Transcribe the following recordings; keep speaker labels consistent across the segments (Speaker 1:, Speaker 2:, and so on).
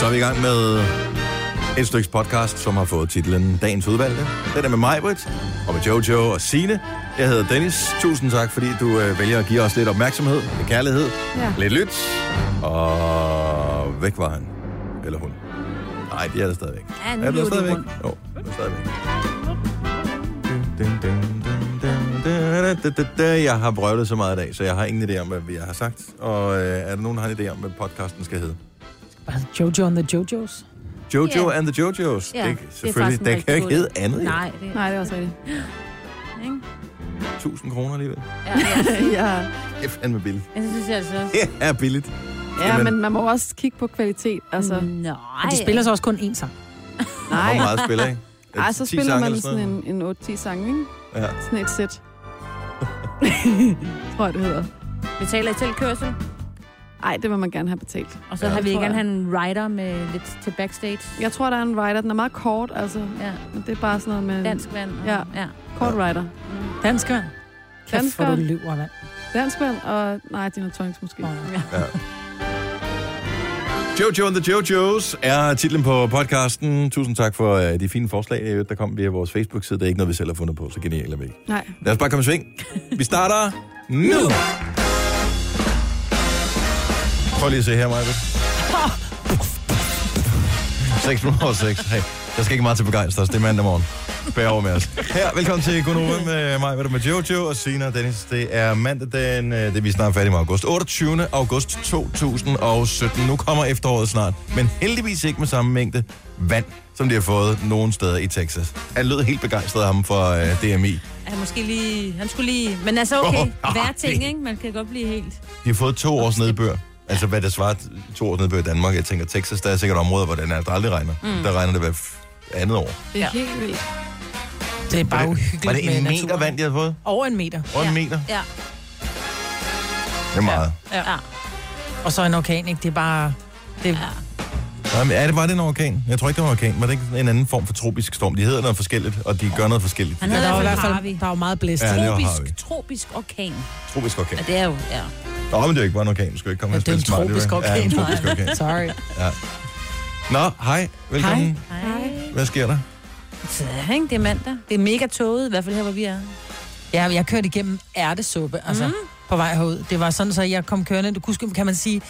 Speaker 1: Så er vi i gang med et stykke podcast, som har fået titlen Dagens Udvalgte. Den er med mig, Britt, og med Jojo og Sine. Jeg hedder Dennis. Tusind tak, fordi du øh, vælger at give os lidt opmærksomhed, lidt kærlighed, ja.
Speaker 2: Ja.
Speaker 1: lidt lyt. Og væk var han. Eller hun. Nej, de er der stadigvæk.
Speaker 2: Ja, nu
Speaker 1: er de der
Speaker 2: løber de
Speaker 1: stadigvæk?
Speaker 2: rundt.
Speaker 1: Jo, de er stadigvæk. Dun, dun, dun, dun, dun, dun, dun, dun. Jeg har brøvlet så meget i dag, så jeg har ingen idé om, hvad jeg har sagt. Og øh, er der nogen, der har en idé om, hvad podcasten skal hedde?
Speaker 3: Bare Jojo and the Jojos.
Speaker 1: Jojo
Speaker 2: Ja.
Speaker 1: and the Jojos.
Speaker 2: Ja,
Speaker 1: det,
Speaker 2: det er
Speaker 1: selvfølgelig,
Speaker 2: faktisk en
Speaker 1: det,
Speaker 2: rigtig
Speaker 1: kan jo ikke
Speaker 2: god
Speaker 1: hedde
Speaker 2: idé.
Speaker 1: andet. jo.
Speaker 2: Nej, det
Speaker 4: Nej, det er også rigtigt.
Speaker 2: Ikke?
Speaker 1: 1000 kroner alligevel.
Speaker 2: Ja, ja.
Speaker 4: ja.
Speaker 1: Det er fandme billigt.
Speaker 2: Jeg synes jeg altså også.
Speaker 1: Det er billigt.
Speaker 4: ja, men man må jo også kigge på kvalitet. Altså, mm.
Speaker 2: Nej.
Speaker 3: Og de spiller så også kun én sang.
Speaker 4: nej.
Speaker 1: Hvor meget spiller I?
Speaker 4: Ej, så
Speaker 1: 10
Speaker 4: spiller
Speaker 1: sange
Speaker 4: man
Speaker 1: eller
Speaker 4: sådan
Speaker 1: noget?
Speaker 4: en, en 8-10 sange, ikke?
Speaker 1: Ja.
Speaker 4: Sådan et sæt. tror jeg, det hedder.
Speaker 2: Betaler I selv kørsel?
Speaker 4: Ej, det vil man gerne have betalt.
Speaker 2: Og så
Speaker 1: Ja,
Speaker 2: ja, har vi
Speaker 4: tror
Speaker 2: gerne
Speaker 4: jeg.
Speaker 2: have en rider med lidt til backstage.
Speaker 4: Jeg tror, der er en rider. Den er meget kort, altså.
Speaker 2: Ja.
Speaker 4: Men det er bare sådan noget med
Speaker 2: Dansk vand. Og,
Speaker 4: Ja.
Speaker 2: ja.
Speaker 4: kort rider.
Speaker 3: Dansk vand. Kæft, hvor
Speaker 4: Dansker.
Speaker 3: du løber, mand.
Speaker 4: Dansk vand og... Nej, Dina Tonics måske.
Speaker 3: Nå, ja.
Speaker 1: Jojo and the Jojos er titlen på podcasten. Tusind tak for uh, de fine forslag, i øvrigt, der kom via vores Facebook-side. Det er ikke noget, vi selv har fundet på, så genialt er vi ikke.
Speaker 4: Nej.
Speaker 1: Lad os bare komme i sving. Vi starter nu! Prøv lige at se her, Maja. 6 minutter over 6. Hey, der skal ikke meget til begejstres. Det er mandag morgen. Bær over med os. Her, velkommen til Gunova med mig, med Jojo og Sina og Dennis. Det er mandag, den, øh, det er vi snart færdige med august. 28. august 2017. Nu kommer efteråret snart, men heldigvis ikke med samme mængde vand, som de har fået nogen steder i Texas. Han lød helt begejstret ham fra øh, DMI.
Speaker 2: Han, måske lige, han skulle lige... Men altså okay,
Speaker 1: Åh,
Speaker 2: hver
Speaker 1: nej.
Speaker 2: ting, ikke? Man kan godt blive helt...
Speaker 1: De har fået to års nedbør. Altså, hvad der svarer til to års nedbør i Danmark. Jeg tænker, Texas, der er sikkert områder, hvor den er, der aldrig regner. Mm. Der regner det hver f- andet år.
Speaker 4: Det er helt vildt.
Speaker 3: Det er bare
Speaker 1: Var
Speaker 3: uhyggeligt
Speaker 1: det
Speaker 3: med
Speaker 1: en meter
Speaker 3: naturen.
Speaker 1: vand, de har fået?
Speaker 3: Over en meter.
Speaker 1: Over en meter?
Speaker 2: Ja.
Speaker 1: Det er meget.
Speaker 2: ja. ja.
Speaker 3: Og så en orkan, ikke? Det er bare... Det er
Speaker 1: Jamen, er det bare den orkan? Jeg tror ikke, det var en orkan. Var det ikke en anden form for tropisk storm? De hedder noget forskelligt, og de gør noget forskelligt.
Speaker 2: Han
Speaker 3: Ja,
Speaker 2: havde
Speaker 3: der,
Speaker 2: i
Speaker 3: var i
Speaker 2: hvert
Speaker 3: hvert
Speaker 2: fald
Speaker 3: fald,
Speaker 2: Harvey.
Speaker 3: der var meget blæst.
Speaker 1: Ja,
Speaker 3: Ja,
Speaker 1: det var
Speaker 2: Tropisk,
Speaker 1: Harvey.
Speaker 2: tropisk orkan.
Speaker 1: Tropisk orkan.
Speaker 2: Og det er jo... Ja.
Speaker 1: Nå, men det er jo ikke bare en orkan. Du skal ikke komme her
Speaker 3: det er en
Speaker 1: og spille
Speaker 3: tropisk
Speaker 1: smart, det er jo-
Speaker 3: orkan.
Speaker 1: Ja, en tropisk orkan.
Speaker 3: Sorry.
Speaker 1: Nå, hej. Velkommen. Hej.
Speaker 2: Hej.
Speaker 1: Hvad sker der?
Speaker 2: Så, ikke? Det er mandag. Det er mega tåget, i hvert fald her, hvor vi er.
Speaker 3: Ja, jeg kørte igennem ærtesuppe, altså mm. på vej herud. Det var sådan, så jeg kom kørende. Du kunne, kan man sige,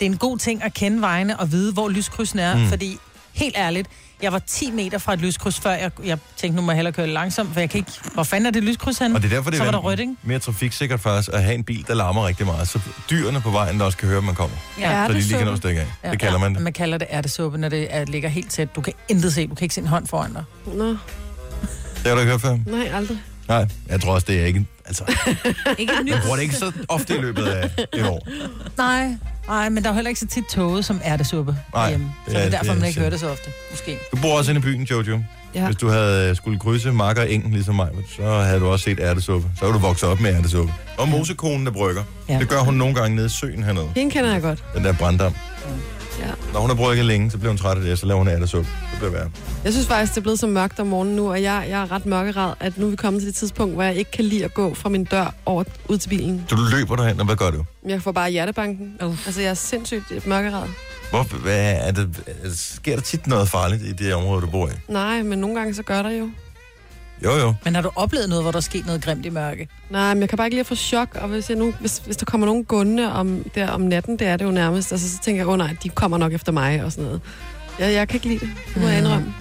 Speaker 3: det er en god ting at kende vejene og vide, hvor lyskrydsene er, mm. fordi helt ærligt, jeg var 10 meter fra et lyskryds, før jeg, jeg tænkte, nu må jeg hellere køre langsomt, for jeg kan ikke... Hvor fanden er det lyskryds henne?
Speaker 1: Og det er derfor, det
Speaker 3: så var
Speaker 1: er
Speaker 3: der rødt, ikke?
Speaker 1: mere trafiksikkert faktisk at have en bil, der larmer rigtig meget. Så dyrene på vejen, der også kan høre, at man kommer.
Speaker 4: Ja,
Speaker 1: Så de
Speaker 4: det
Speaker 1: lige kan nå at
Speaker 4: så.
Speaker 1: stikke af. Det kalder man det.
Speaker 3: Man kalder det ærtesuppe, når det er, ligger helt tæt. Du kan intet se, du kan ikke se en hånd foran dig.
Speaker 4: Nå,
Speaker 1: Det har du ikke hørt før?
Speaker 4: nej, aldrig.
Speaker 1: Nej, jeg tror også, det er ikke... Altså,
Speaker 2: Ikke et nyt.
Speaker 1: jeg bruger det ikke så ofte i løbet af et år.
Speaker 3: Nej, nej, men der er jo heller ikke så tit toget som ærtesuppe
Speaker 1: Nej,
Speaker 3: hjemme.
Speaker 1: det
Speaker 3: Så det
Speaker 1: er-
Speaker 3: er
Speaker 1: det
Speaker 3: derfor,
Speaker 1: er
Speaker 3: man ikke
Speaker 1: sjældent.
Speaker 3: hører det så ofte, måske.
Speaker 1: Du bor også inde i byen, Jojo. Ja.
Speaker 4: Ja.
Speaker 1: Hvis du havde øh, skulle krydse Marker og Engen, ligesom mig, så havde du også set ærtesuppe. Så ville du vokset op med ærtesuppe. Og mosekonen, der brygger. Ja.
Speaker 3: Ja.
Speaker 1: Det gør hun nogle gange nede i søen hernede.
Speaker 4: Hende kender jeg godt.
Speaker 1: Den der branddam.
Speaker 4: Ja.
Speaker 1: Når hun har brygget længe, så bliver hun træt af det, så laver hun ærtesuppe. Det bliver værre.
Speaker 4: Jeg synes faktisk, det er blevet så mørkt om morgenen nu, og jeg, jeg er ret mørkeret, at nu er vi kommet til det tidspunkt, hvor jeg ikke kan lide at gå fra min dør over, ud til bilen.
Speaker 1: Så du løber derhen, og hvad gør du?
Speaker 4: Jeg får bare hjertebanken.
Speaker 2: Uff.
Speaker 4: Altså, jeg er sindssygt mørkeret.
Speaker 1: Hvor, hvad er det, altså, sker der tit noget farligt i det område, du bor i?
Speaker 4: Nej, men nogle gange så gør der jo.
Speaker 1: Jo, jo.
Speaker 3: Men har du oplevet noget, hvor der er sket noget grimt i mørke?
Speaker 4: Nej, men jeg kan bare ikke lide at få chok, og hvis, jeg nu, hvis, hvis der kommer nogen gående om, der om natten, det er det jo nærmest, altså, så tænker jeg, åh oh, nej, de kommer nok efter mig og sådan noget. Jeg, jeg kan ikke lide det, det må jeg
Speaker 3: Mm.
Speaker 4: indrømme.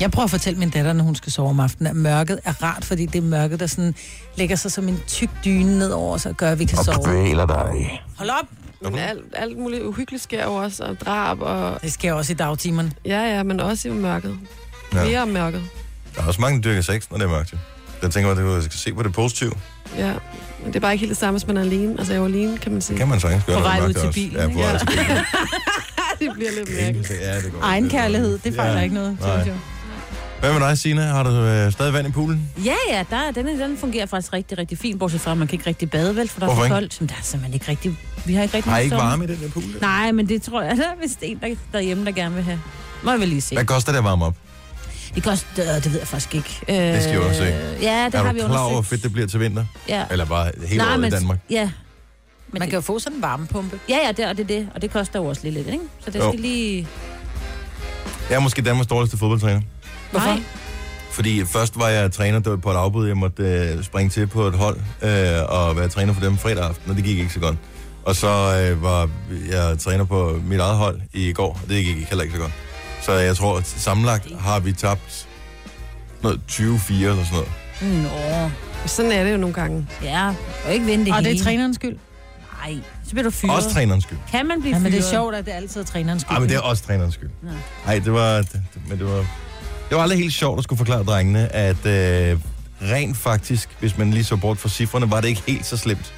Speaker 3: Jeg prøver at fortælle min datter, når hun skal sove om aftenen, at mørket er rart, fordi det er mørket, der sådan lægger sig som en tyk dyne ned over os og gør, at vi kan sove.
Speaker 5: kvæler dig.
Speaker 3: Hold op!
Speaker 4: Men alt, alt muligt uhyggeligt sker jo også, og drab, og
Speaker 3: Det sker også i dagtimerne.
Speaker 4: ja, ja, men også i mørket.
Speaker 1: Ja.
Speaker 4: Ja. Mere om mørket.
Speaker 1: Der er også mange, der dyrker sex, når det er mørkt. jo. Jeg tænker, at du skal se på det positive.
Speaker 4: Ja, men det er bare ikke helt det samme, hvis man er alene. Altså, jeg er jo alene, kan man sige.
Speaker 1: Det kan man sagtens gøre,
Speaker 3: Mm. På
Speaker 1: når det er
Speaker 3: vej ud
Speaker 1: mørkt
Speaker 3: til
Speaker 1: også.
Speaker 3: bilen,
Speaker 1: Ja, på vej
Speaker 3: ikke?
Speaker 1: til bilen.
Speaker 4: det bliver lidt mærkeligt.
Speaker 1: Ja, det går.
Speaker 3: Egen kærlighed, det fejler
Speaker 1: Ja.
Speaker 3: ikke noget.
Speaker 1: Nej.
Speaker 3: Jojo.
Speaker 1: Hvad med dig, Sina? Har du øh, stadig vand i poolen?
Speaker 2: Ja, ja, der er, den, den fungerer faktisk rigtig, rigtig fint, bortset fra, at man kan ikke rigtig bade, vel, for der er
Speaker 1: Hvorfor
Speaker 2: for
Speaker 1: ikke?
Speaker 2: koldt. Men der er simpelthen ikke rigtig... Vi har ikke rigtig...
Speaker 1: Har I ikke
Speaker 2: sommer.
Speaker 1: varme i den der pool?
Speaker 2: Nej, men det tror jeg, der er vist en der, derhjemme, der gerne vil have. Må jeg vel lige se.
Speaker 1: Hvad koster det at varme op?
Speaker 2: Det koster... Øh, det ved jeg faktisk ikke. Øh,
Speaker 1: Det skal jeg også se.
Speaker 2: Ja, det
Speaker 1: er du
Speaker 2: har vi
Speaker 1: klar over, hvor
Speaker 2: undersøgt.
Speaker 1: fedt det bliver til vinter?
Speaker 2: Ja.
Speaker 1: Eller bare hele året i Danmark?
Speaker 2: Ja. Men
Speaker 3: Man kan jo få sådan en varmepumpe.
Speaker 2: Ja, ja, det, og det er det. Og det koster jo også lige lidt, ikke? Så det
Speaker 1: Jo.
Speaker 2: skal lige...
Speaker 1: Jeg er måske Danmarks dårligste fodboldtræner.
Speaker 3: Hvorfor?
Speaker 2: Nej.
Speaker 1: Fordi først var jeg træner det var på et afbud, jeg måtte øh, springe til på et hold øh, og være træner for dem fredag aften, og det gik ikke så godt. Og så øh, var jeg træner på mit eget hold i går, og det gik heller ikke så godt. Så jeg tror, at sammenlagt har vi tabt noget 20-4 eller sådan noget.
Speaker 2: Mm, Nå,
Speaker 4: Sådan er det jo nogle gange.
Speaker 2: ja. Du kan ikke vinde det
Speaker 3: Og det
Speaker 2: hele.
Speaker 3: er trænerens skyld.
Speaker 2: Nej, så bliver du fyret.
Speaker 1: Også trænerens skyld.
Speaker 2: Kan man blive
Speaker 3: Ja, men
Speaker 2: fyret?
Speaker 3: det er sjovt, at det er altid er trænerens skyld.
Speaker 1: Ej, men det er også trænerens skyld.
Speaker 2: Nå.
Speaker 1: Nej, det var, det, men det var, det var aldrig helt sjovt at skulle forklare drengene, at øh, rent faktisk, hvis man lige så bort fra cifrene, var det ikke helt så slemt.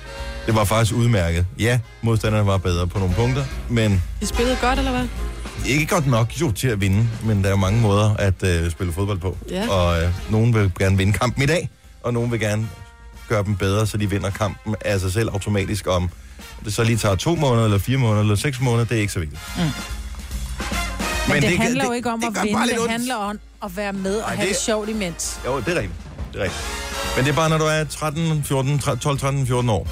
Speaker 1: Det var faktisk udmærket. Ja, modstanderne var bedre på nogle punkter, men
Speaker 4: De spillede godt, eller hvad?
Speaker 1: ikke godt nok jo til at vinde. Men der er jo mange måder at øh, spille fodbold på.
Speaker 4: Ja.
Speaker 1: Og øh, nogen vil gerne vinde kampen i dag, og nogen vil gerne gøre dem bedre, så de vinder kampen af sig selv automatisk om det så lige tager to måneder, eller fire måneder, eller seks måneder, det er ikke så vigtigt. Mm.
Speaker 3: Men, men det, det handler jo ikke om at vinde, det
Speaker 1: handler
Speaker 3: handler om at være med og
Speaker 1: Ej,
Speaker 3: have
Speaker 1: det-
Speaker 3: det sjovt imens.
Speaker 1: Jo, det er rigtigt. Det er rigtigt. Men det er bare, når du er 13, 14, 13, 12, 13, 14 år,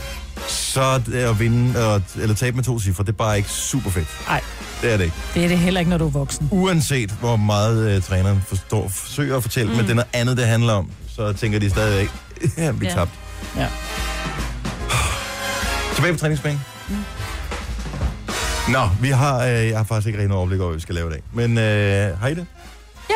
Speaker 1: så er det at vinde og, eller tabe med to cifre, det er bare ikke super fedt.
Speaker 3: Nej.
Speaker 1: Det er det ikke.
Speaker 3: Det er det heller ikke, når du er voksen.
Speaker 1: Uanset hvor meget øh, træneren forstår, forsøger at fortælle mm. men det er noget andet, det handler om, så tænker de stadigvæk, ja, vi er
Speaker 2: Ja.
Speaker 1: tabt.
Speaker 3: Ja.
Speaker 1: Tilbage på træningsbanen. Nå, vi har, øh, jeg har faktisk ikke rigtig noget overblik over, hvad vi skal lave i dag. Men øh, har I det?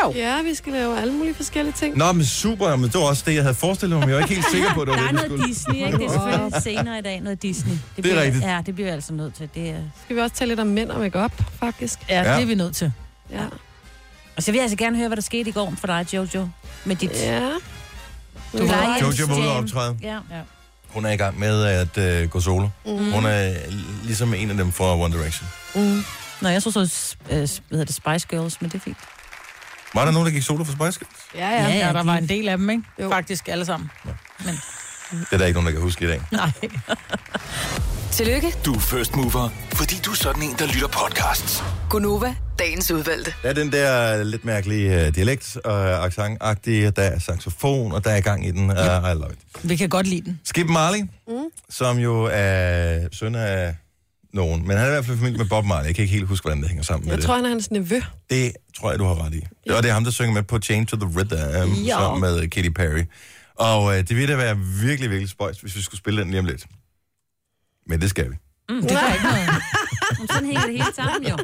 Speaker 3: Jo.
Speaker 4: Ja, vi skal lave alle mulige forskellige ting.
Speaker 1: Nå, men super, men det var også det, jeg havde forestillet mig. men Jeg var ikke helt sikker på, at det
Speaker 2: Der
Speaker 1: var
Speaker 2: er
Speaker 1: det, vi skulle.
Speaker 2: noget Disney, ikke? Det er selvfølgelig senere i dag noget Disney. Det,
Speaker 1: Det er
Speaker 2: bliver,
Speaker 1: rigtigt.
Speaker 2: Ja, det bliver jeg altså nødt til. Det er...
Speaker 4: Skal vi også tale lidt om mænd og makeup, faktisk?
Speaker 3: Ja,
Speaker 1: Ja.
Speaker 3: det er vi nødt til.
Speaker 4: Ja.
Speaker 2: Og så vil jeg altså gerne høre, hvad der skete i går for dig, Jojo. Med dit...
Speaker 4: Ja.
Speaker 2: Du var
Speaker 4: Nej.
Speaker 2: i-
Speaker 1: Jojo var ude og
Speaker 2: Jam.
Speaker 1: optræde.
Speaker 2: Ja.
Speaker 1: Hun er i gang med at øh, gå solo. Mm.
Speaker 4: Mm.
Speaker 1: Hun er ligesom en af dem fra One Direction.
Speaker 4: Mm.
Speaker 2: Nå, jeg så så, øh, hvad hedder det, Spice Girls, men det er fint.
Speaker 1: Var der nogen, der gik solo for Spice Girls?
Speaker 4: Ja,
Speaker 3: Ja,
Speaker 4: ja.
Speaker 3: ja,
Speaker 2: ja,
Speaker 3: der
Speaker 2: de-
Speaker 3: var en del af dem, ikke?
Speaker 4: Jo.
Speaker 3: Jo. Faktisk alle sammen.
Speaker 1: Det er der ikke nogen, der kan huske i dag.
Speaker 3: Nej.
Speaker 5: Tillykke,
Speaker 6: Du er first mover, fordi du er sådan en, der lytter podcasts.
Speaker 5: Gunova, dagens udvalgte.
Speaker 1: Der er den der lidt mærkelige øh, dialekt og accentagtige. Der er saxofon, og der er gang i den. Uh, I love it.
Speaker 3: Vi kan godt lide den.
Speaker 1: Skip Marley, mm. som jo er søn af nogen. Men han er i hvert fald i familie med Bob Marley. Jeg kan ikke helt huske, hvordan det hænger sammen med
Speaker 4: Jeg
Speaker 1: det.
Speaker 4: tror, han er hans nevø.
Speaker 1: Det tror jeg, du har ret i. Og det er ham, der synger med på Change to the Rhythm um,
Speaker 3: Ja.
Speaker 1: sammen med Katy Perry. Og øh, det ville da være virkelig, virkelig spøjst, hvis vi skulle spille den lige om lidt. Men det skal vi.
Speaker 3: Mm, Det gør ikke noget.
Speaker 2: Men sådan hænger det hele sammen, jo.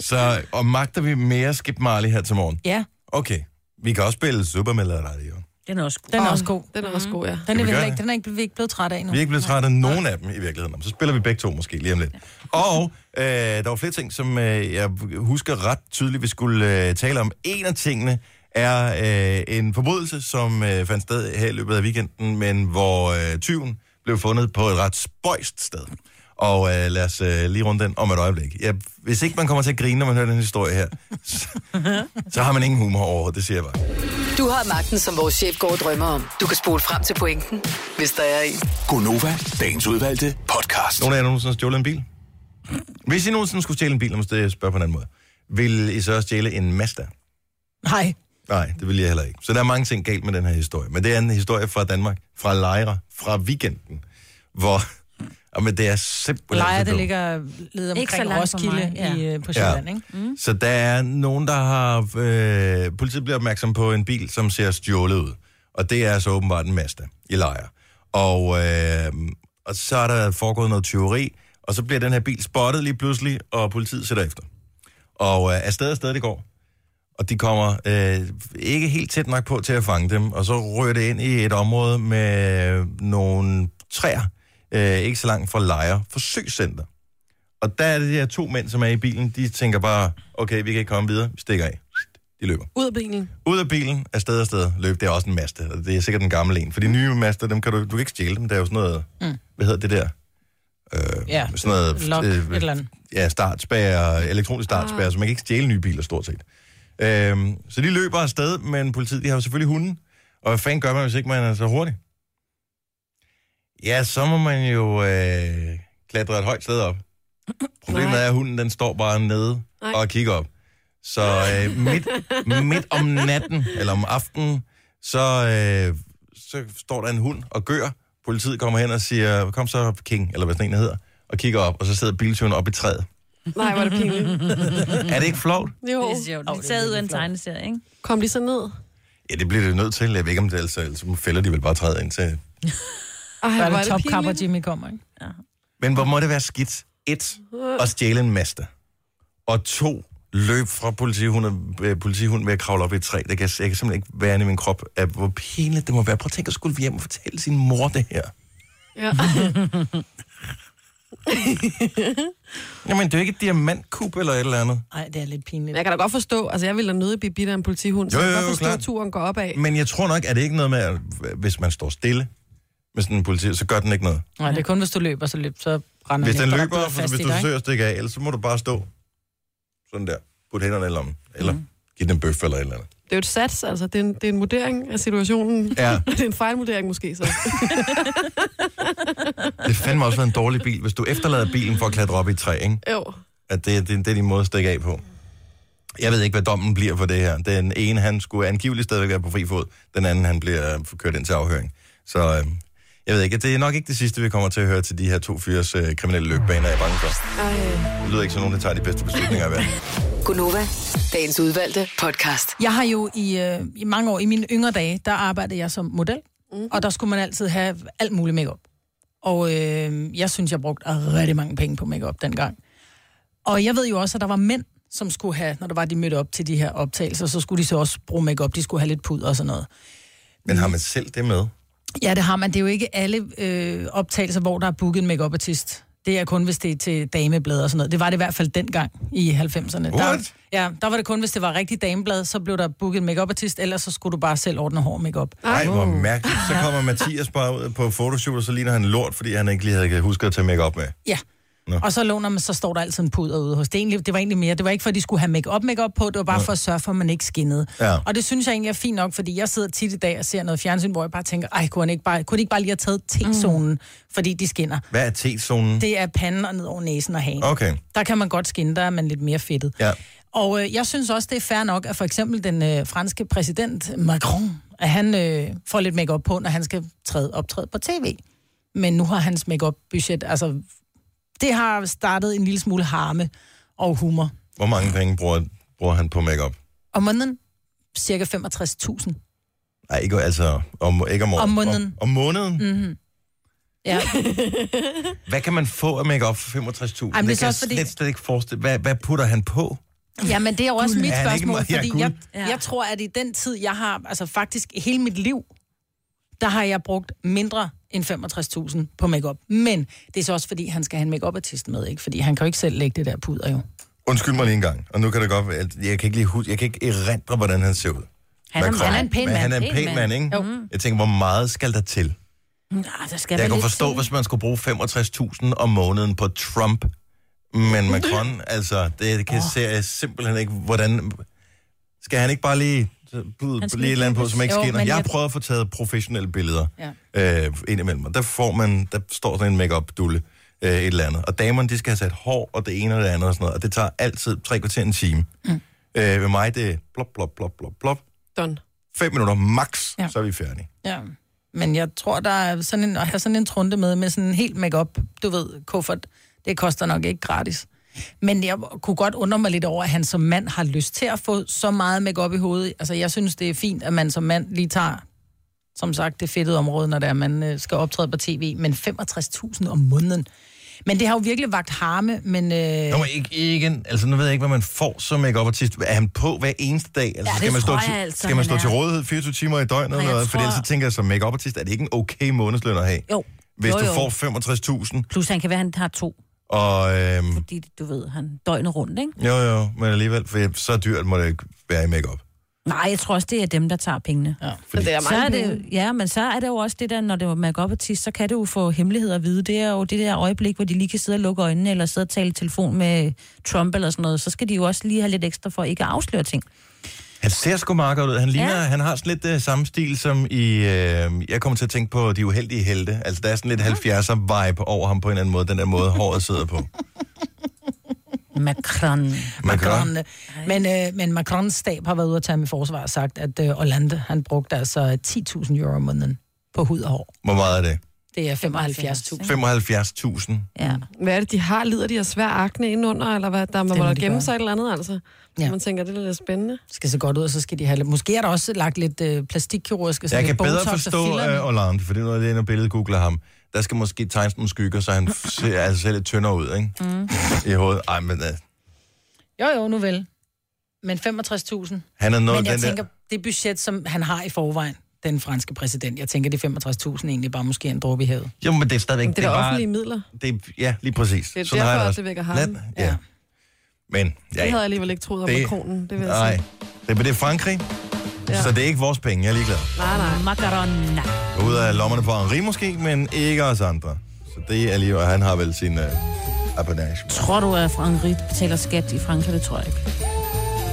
Speaker 1: Så, øh, og magter vi mere Skip Marley her til morgen?
Speaker 3: Ja,
Speaker 1: Okay. Vi kan også spille Super Melody Radio.
Speaker 2: Den er også god.
Speaker 3: den er
Speaker 4: Åh,
Speaker 3: også god.
Speaker 4: Den er også god, ja.
Speaker 3: Den
Speaker 1: vi
Speaker 3: er, vi
Speaker 1: gøre
Speaker 3: heller
Speaker 1: det?
Speaker 3: ikke, den er ikke, vi er ikke blevet træt af nu.
Speaker 1: Vi er ikke blevet trætte af nogen af dem i virkeligheden. Så spiller vi begge to måske lige om lidt. Og øh, der var flere ting, som øh, jeg husker ret tydeligt, vi skulle øh, tale om. En af tingene er øh, en forbrydelse, som øh, fandt sted her i løbet af weekenden, men hvor øh, tyven blev fundet på et ret spøjst sted. Og øh, lad os øh, lige runde den om et øjeblik. Ja, hvis ikke man kommer til at grine, når man hører den historie her, så, så har man ingen humor overhovedet, det siger jeg bare.
Speaker 5: Du har magten, som vores chef går og drømmer om. Du kan spole frem til pointen, hvis der er en.
Speaker 6: Gonova, dagens udvalgte podcast.
Speaker 1: Nogen af jer nogensinde har stjålet en bil? Hvis I nogensinde skulle stjæle en bil, om det spørger på en anden måde, vil I så stjæle en Mazda?
Speaker 3: Nej.
Speaker 1: Nej, det vil jeg heller ikke. Så der er mange ting galt med den her historie. Men det er en historie fra Danmark, fra Lejre, fra weekenden, hvor... Jamen, det er simpelthen... så
Speaker 3: Lejre, det
Speaker 1: dumt.
Speaker 3: ligger lidt omkring
Speaker 2: Ikke så langt fra
Speaker 3: Roskilde
Speaker 2: mig, ja.
Speaker 3: i, øh, på Sjælland, ikke?
Speaker 1: Mm. Så der er nogen, der har... Øh, politiet bliver opmærksom på en bil, som ser stjålet ud. Og det er så åbenbart en Mazda i lejr. Og, øh, og så er der foregået noget tyveri, og så bliver den her bil spottet lige pludselig, og politiet sætter efter. Og øh, er stadig afsted det går. Og de kommer øh, ikke helt tæt nok på til at fange dem. Og så rører det ind i et område med nogle træer, øh, ikke så langt fra Lejre Forsøgscenter. Og der er det de her to mænd, som er i bilen, de tænker bare, okay, vi kan ikke komme videre, vi stikker af. De løber.
Speaker 4: Ud af bilen.
Speaker 1: Ud af bilen, afsted og sted, løb, det er også en Mazda, og det er sikkert en gammel en. For de nye Mazda, dem kan du, du kan ikke stjæle dem, der er jo sådan noget, mm. hvad hedder det der? Øh,
Speaker 3: Ja,
Speaker 1: sådan noget, øh,
Speaker 3: Lok, et eller andet.
Speaker 1: ja, startspær, elektronisk startspær, ah. så man kan ikke stjæle nye biler stort set. Øhm, så de løber afsted, men politiet de har jo selvfølgelig hunden. Og hvad fanden gør man, hvis ikke man er så hurtig? Ja, så må man jo øh, klatre et højt sted op. Problemet
Speaker 4: Nej.
Speaker 1: er, at hunden den står bare nede
Speaker 4: Nej.
Speaker 1: og kigger op. Så øh, midt, midt om natten, eller om aftenen, så, øh, så står der en hund og gør. Politiet kommer hen og siger, kom så, King, eller hvad sådan en hedder, og kigger op, og så sidder biltyven op i træet.
Speaker 4: Nej, var det pinligt.
Speaker 1: Er det ikke flot?
Speaker 4: Jo.
Speaker 2: Det er sjovt. Det er taget ud af en tegneserie, ikke?
Speaker 4: Kom de så ned?
Speaker 1: Ja, det bliver det nødt til. Jeg ved ikke, om det er, altså, ellers fælder de vel bare træet ind til...
Speaker 4: Ej,
Speaker 3: Der
Speaker 4: var
Speaker 3: er det
Speaker 4: det
Speaker 3: Top Cup, og
Speaker 4: pinligt.
Speaker 3: Jimmy kommer, ikke?
Speaker 1: Men hvor må det være skidt? Et, at stjæle en master. Og to, løb fra politihunden, øh, politihunden ved at kravle op i et træ. Det kan, jeg kan simpelthen ikke være inde i min krop, at hvor pinligt det må være. Prøv at tænke at skulle hjem og fortælle sin mor det her.
Speaker 4: Ja.
Speaker 1: Jamen, det er jo ikke et diamantkub eller et eller andet.
Speaker 3: Nej, det er lidt pinligt.
Speaker 4: Men Jeg kan da godt forstå, altså jeg ville da nøde blive bidt af en politihund, så
Speaker 1: Jo,
Speaker 4: jeg
Speaker 1: jo,
Speaker 4: kan
Speaker 1: jo,
Speaker 4: godt forstå,
Speaker 1: klart. Mm.
Speaker 4: at turen går opad.
Speaker 1: Men jeg tror nok, at det ikke noget med, at hvis man står stille med sådan en politi, så gør den ikke noget.
Speaker 3: Nej, det er kun, hvis du løber, så, løb, så brænder
Speaker 1: Hvis den
Speaker 3: efter dig,
Speaker 1: løber,
Speaker 3: bider
Speaker 1: for
Speaker 3: fast
Speaker 1: hvis
Speaker 3: i
Speaker 1: du
Speaker 3: dig, ikke?
Speaker 1: forsøger at stikke af, ellers så må du bare stå sådan der. Put hænderne i lommen. Eller mm. give den en bøf eller et eller andet.
Speaker 4: Det er jo et sats, altså. Det er en, det er en vurdering af situationen.
Speaker 1: Ja.
Speaker 4: Det er en fejlvurdering måske, så.
Speaker 1: Det fandme også været en dårlig bil, hvis du efterlader bilen for at klatre op i et træ, ikke?
Speaker 4: Jo.
Speaker 1: At det, det, det er din måde at stikke af på. Jeg ved ikke, hvad dommen bliver for det her. Den ene, han skulle angiveligt stadigvæk være på fri fod. Den anden, han bliver øh, kørt ind til afhøring. Så øh, jeg ved ikke, det er nok ikke det sidste, vi kommer til at høre til de her to fyres øh, kriminelle løbbaner, jeg er bange for. Det lyder ikke som nogen, der tager de bedste beslutninger i verden.
Speaker 5: Gunova, dagens udvalgte podcast.
Speaker 3: Jeg har jo i, øh, i mange år, i mine yngre dage, der arbejdede jeg som model, mm-hmm. og der skulle man altid have alt muligt makeup. Og øh, jeg synes, jeg brugte rigtig mange penge på makeup dengang. Og jeg ved jo også, at der var mænd, som skulle have, når der var de mødte op til de her optagelser, så skulle de så også bruge makeup, de skulle have lidt puder og sådan noget.
Speaker 1: Men har man selv det med?
Speaker 3: Ja, det har man. Det er jo ikke alle øh, optagelser, hvor der er booket en make artist Det er kun, hvis det er til dameblad og sådan noget. Det var det i hvert fald dengang i 90'erne. Der,
Speaker 1: What?
Speaker 3: ja, der var det kun, hvis det var rigtig dameblad, så blev der booket en make artist ellers så skulle du bare selv ordne hår og makeup.
Speaker 1: Nej, hvor mærkeligt. Så kommer Mathias bare ud på photoshoot, og så ligner han lort, fordi han ikke lige havde husket at tage make op med.
Speaker 3: Ja.
Speaker 1: Nå.
Speaker 3: Nå. Og så låner man, så står der altid en puder ude hos det. Egentlig, det var egentlig mere, det var ikke for, at de skulle have make-up make-up på, det var bare for at sørge for, at man ikke skinnede.
Speaker 1: Ja.
Speaker 3: Og det synes jeg egentlig er fint nok, fordi jeg sidder tit i dag og ser noget fjernsyn, hvor jeg bare tænker, ej, kunne, han ikke bare, kunne de ikke bare lige have taget T-zonen, mm. fordi de skinner.
Speaker 1: Hvad er T-zonen?
Speaker 3: Det er panden og ned over næsen og hagen.
Speaker 1: Okay,
Speaker 3: Der kan man godt skinne, der er man lidt mere fedtet.
Speaker 1: ja.
Speaker 3: Og øh, jeg synes også, det er fair nok, at for eksempel den øh, franske præsident Macron, at han øh, får lidt makeup på, når han skal træde, optræde på tv. Men nu har hans makeup budget altså det har startet en lille smule harme og humor.
Speaker 1: Hvor mange penge bruger, bruger han på makeup?
Speaker 3: Om måneden, cirka 65.000.
Speaker 1: Nej, ikke, altså, om, ikke om året.
Speaker 3: Om måneden.
Speaker 1: Om, om måneden? Mm.
Speaker 3: Ja,
Speaker 1: Hvad kan man få af make for 65.000? Jamen, det,
Speaker 3: er
Speaker 1: det
Speaker 3: så
Speaker 1: kan jeg
Speaker 3: også fordi-
Speaker 1: slet, slet ikke forestille. Hvad, hvad putter han på?
Speaker 3: ja men det er jo også mit
Speaker 1: Er han ikke
Speaker 3: spørgsmål,
Speaker 1: meget- ja,
Speaker 3: fordi
Speaker 1: guld.
Speaker 3: jeg,
Speaker 2: Ja.
Speaker 3: jeg tror, at i den tid, jeg har, altså faktisk hele mit liv, der har jeg brugt mindre end 65.000 på makeup. Men det er så også, fordi han skal have en makeup artist med, ikke? Fordi han kan jo ikke selv lægge det der puder, jo.
Speaker 1: Undskyld mig lige en gang. Og nu kan det godt være, at jeg kan ikke lige hus- jeg kan ikke erindre, hvordan han ser ud.
Speaker 2: Han er,
Speaker 1: Macron.
Speaker 2: han er en pæn
Speaker 1: Men
Speaker 2: mand.
Speaker 1: han er en pæn mand, ikke? Jo. Jeg tænker, hvor meget skal der til?
Speaker 2: Nej, der skal
Speaker 1: Jeg kan
Speaker 2: vel Altså, lidt
Speaker 1: forstå,
Speaker 2: til.
Speaker 1: hvis man skulle bruge 65.000 om måneden på Trump. Men Macron, altså, det kan oh. ser jeg simpelthen ikke, hvordan... Skal han ikke bare lige
Speaker 2: Han
Speaker 1: byde
Speaker 2: skal
Speaker 1: lige et eller andet på,
Speaker 2: ikke-
Speaker 1: som ikke
Speaker 3: Jo,
Speaker 1: skinner?
Speaker 3: men
Speaker 1: Jeg har
Speaker 3: jeg-
Speaker 1: prøvet at få taget professionelle billeder ja. øh, indimellem, og der, får man, der står sådan en makeup dulle øh, et eller andet. Og damerne, de skal have sat hår, og det ene og det andet og sådan noget, og det tager altid tre kvarter en time. Mm. Øh, ved mig, det er blop, blop, blop, blop, blop.
Speaker 4: Done.
Speaker 1: Fem minutter max, ja.
Speaker 3: Ja.
Speaker 1: så er vi færdige.
Speaker 3: Ja. Men jeg tror, der er sådan en, at have sådan en trunte med, med sådan en helt makeup, du ved, kuffert, det koster nok ikke gratis. Men jeg kunne godt undre mig lidt over, at han som mand har lyst til at få så meget makeup i hovedet. Altså, jeg synes, det er fint, at man som mand lige tager, som sagt, det fedtede område, når det er, man øh, skal optræde på tv, men 65.000 om måneden. Men det har jo virkelig vagt harme, men... Øh,
Speaker 1: Nå, men ikke, igen. Altså, nu ved jeg ikke, hvad man får som make-up artist. Er han på hver eneste dag? Altså,
Speaker 2: Ja,
Speaker 1: skal
Speaker 2: det
Speaker 1: man stå,
Speaker 2: tror
Speaker 1: til,
Speaker 2: jeg altså,
Speaker 1: skal man stå
Speaker 2: han
Speaker 1: til
Speaker 2: er.
Speaker 1: rådighed 24 timer i døgnet?
Speaker 2: jeg
Speaker 1: Eller, tror...
Speaker 2: tror-
Speaker 1: Fordi ellers så tænker jeg, som make-up artist, er det ikke en okay månedsløn at have?
Speaker 2: Jo.
Speaker 1: Hvis
Speaker 2: jo,
Speaker 1: du
Speaker 2: jo.
Speaker 1: får 65.000,
Speaker 2: Plus han kan være, han har to,
Speaker 1: og... Øhm,
Speaker 2: fordi du ved, han døgnet rundt, ikke?
Speaker 1: jo, jo, men alligevel, for jeg- så dyrt må det ikke være i make-up.
Speaker 2: Nej, jeg tror også, det er dem, der tager pengene. Ja.
Speaker 4: Fordi... Så det er
Speaker 2: Så er
Speaker 4: mange penge.
Speaker 2: det, ja, men så er det jo også det der, når det er makeup artist, så kan du jo få hemmeligheder at vide. Det er jo det der øjeblik, hvor de lige kan sidde og lukke øjnene, eller sidde og tale i telefon med Trump eller sådan noget. Så skal de jo også lige have lidt ekstra for ikke at afsløre ting.
Speaker 1: Han ser sgu meget godt ud. Han, ligner, ja.
Speaker 2: Ja.
Speaker 1: han har sådan lidt uh, samme stil som i... Uh, jeg kommer til at tænke på De Uheldige Helte. Altså, der er sådan lidt 70'er-vibe over ham på en eller anden måde. Den der måde, håret sidder på.
Speaker 2: Macron.
Speaker 1: Macron.
Speaker 3: Macron. Men, øh, men Macrons stab har været ude at tage ham i forsvar og sagt, at øh, Hollande, han brugte altså 10.000 euro om måneden på hud og hår.
Speaker 1: Hvor meget er det?
Speaker 3: Det er
Speaker 2: 75.000.
Speaker 3: 75.000.
Speaker 1: 75.000.
Speaker 2: Ja.
Speaker 4: Hvad er det, de har? Lider de af svær akne indenunder, eller hvad? Der må,
Speaker 3: Det må
Speaker 4: må der
Speaker 3: de
Speaker 4: gemme
Speaker 3: gøre.
Speaker 4: sig et eller andet, altså. Ja.
Speaker 3: Ja.
Speaker 4: Man tænker, det er da lidt spændende.
Speaker 3: skal se godt ud, og så skal de have lidt... Måske er der også lagt lidt øh, plastikkirurgiske... sådan
Speaker 1: Jeg kan
Speaker 3: lidt
Speaker 1: bedre
Speaker 3: Botox og
Speaker 1: forstå
Speaker 3: filler.
Speaker 1: øh, Hollande, for det er noget af det, når billedet googler ham. Der skal måske tegnes nogle skygger, så han ser, altså, ser lidt tyndere ud, ikke? Mm. I hovedet. Ej, men øh,
Speaker 3: Jo, jo, nu vel. Men 65.000.
Speaker 1: han er noget
Speaker 3: Men
Speaker 1: af
Speaker 3: jeg
Speaker 1: den
Speaker 3: tænker,
Speaker 1: der...
Speaker 3: det budget, som han har i forvejen, den franske præsident, jeg tænker, det er 65.000 egentlig bare måske en dråbe i havet.
Speaker 1: Jo, men det er stadigvæk...
Speaker 4: Det er da offentlige midler.
Speaker 1: det, er- ja, lige præcis.
Speaker 4: Det er
Speaker 1: har
Speaker 4: derfor,
Speaker 1: jeg
Speaker 4: det vækker ham.
Speaker 1: Lad- Ja. ja.
Speaker 3: Ja.
Speaker 1: Men, ja,
Speaker 4: Det havde
Speaker 1: ja.
Speaker 4: jeg alligevel ikke troet om
Speaker 1: Det-
Speaker 4: kronen, det vil jeg
Speaker 1: Nej,
Speaker 4: sige.
Speaker 1: det, er- men det er Frankrig, ja.
Speaker 4: Ja.
Speaker 1: så det er ikke vores penge, jeg er ligeglad.
Speaker 4: Nej, nej.
Speaker 2: Macarona.
Speaker 1: Ud af lommerne på Henri måske, men ikke os andre. Så det er lige, og han har vel sin uh, apanage.
Speaker 2: Tror du, at Frankrig betaler skat i Frankrig? Det tror jeg ikke.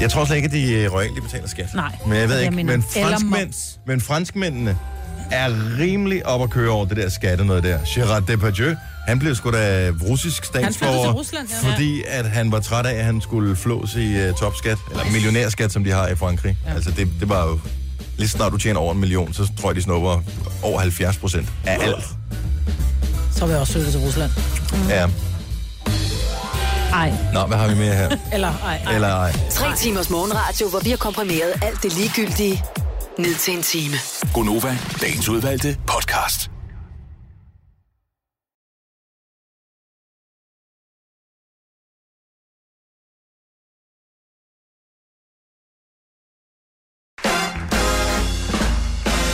Speaker 1: Jeg tror slet ikke, at de øh, royale de betaler skat.
Speaker 2: Nej,
Speaker 1: men jeg ved
Speaker 2: jeg
Speaker 1: ikke.
Speaker 2: mener-
Speaker 1: men,
Speaker 3: eller
Speaker 1: franskmænd,
Speaker 3: moms.
Speaker 1: men franskmændene er rimelig op at køre over det der skatte noget der. Gerard Depardieu, han blev sgu da russisk
Speaker 3: flyttede
Speaker 1: statsborger,
Speaker 3: til Rusland, ja.
Speaker 1: fordi at han var træt af, at han skulle flås i uh, topskat, eller millionærskat, som de har i Frankrig. Ja. Altså det, det var jo, lige så snart du tjener over en million, så tror jeg, de snupper over 70 procent af alt.
Speaker 3: Så vil jeg også søge til Rusland.
Speaker 1: Ja.
Speaker 2: Ej,
Speaker 1: Nå, hvad har vi mere her?
Speaker 3: Eller ej, ej.
Speaker 1: Eller ej.
Speaker 5: Tre timers morgenradio, hvor vi har komprimeret alt det ligegyldige ned til en time.
Speaker 6: Gonova, dagens udvalgte podcast.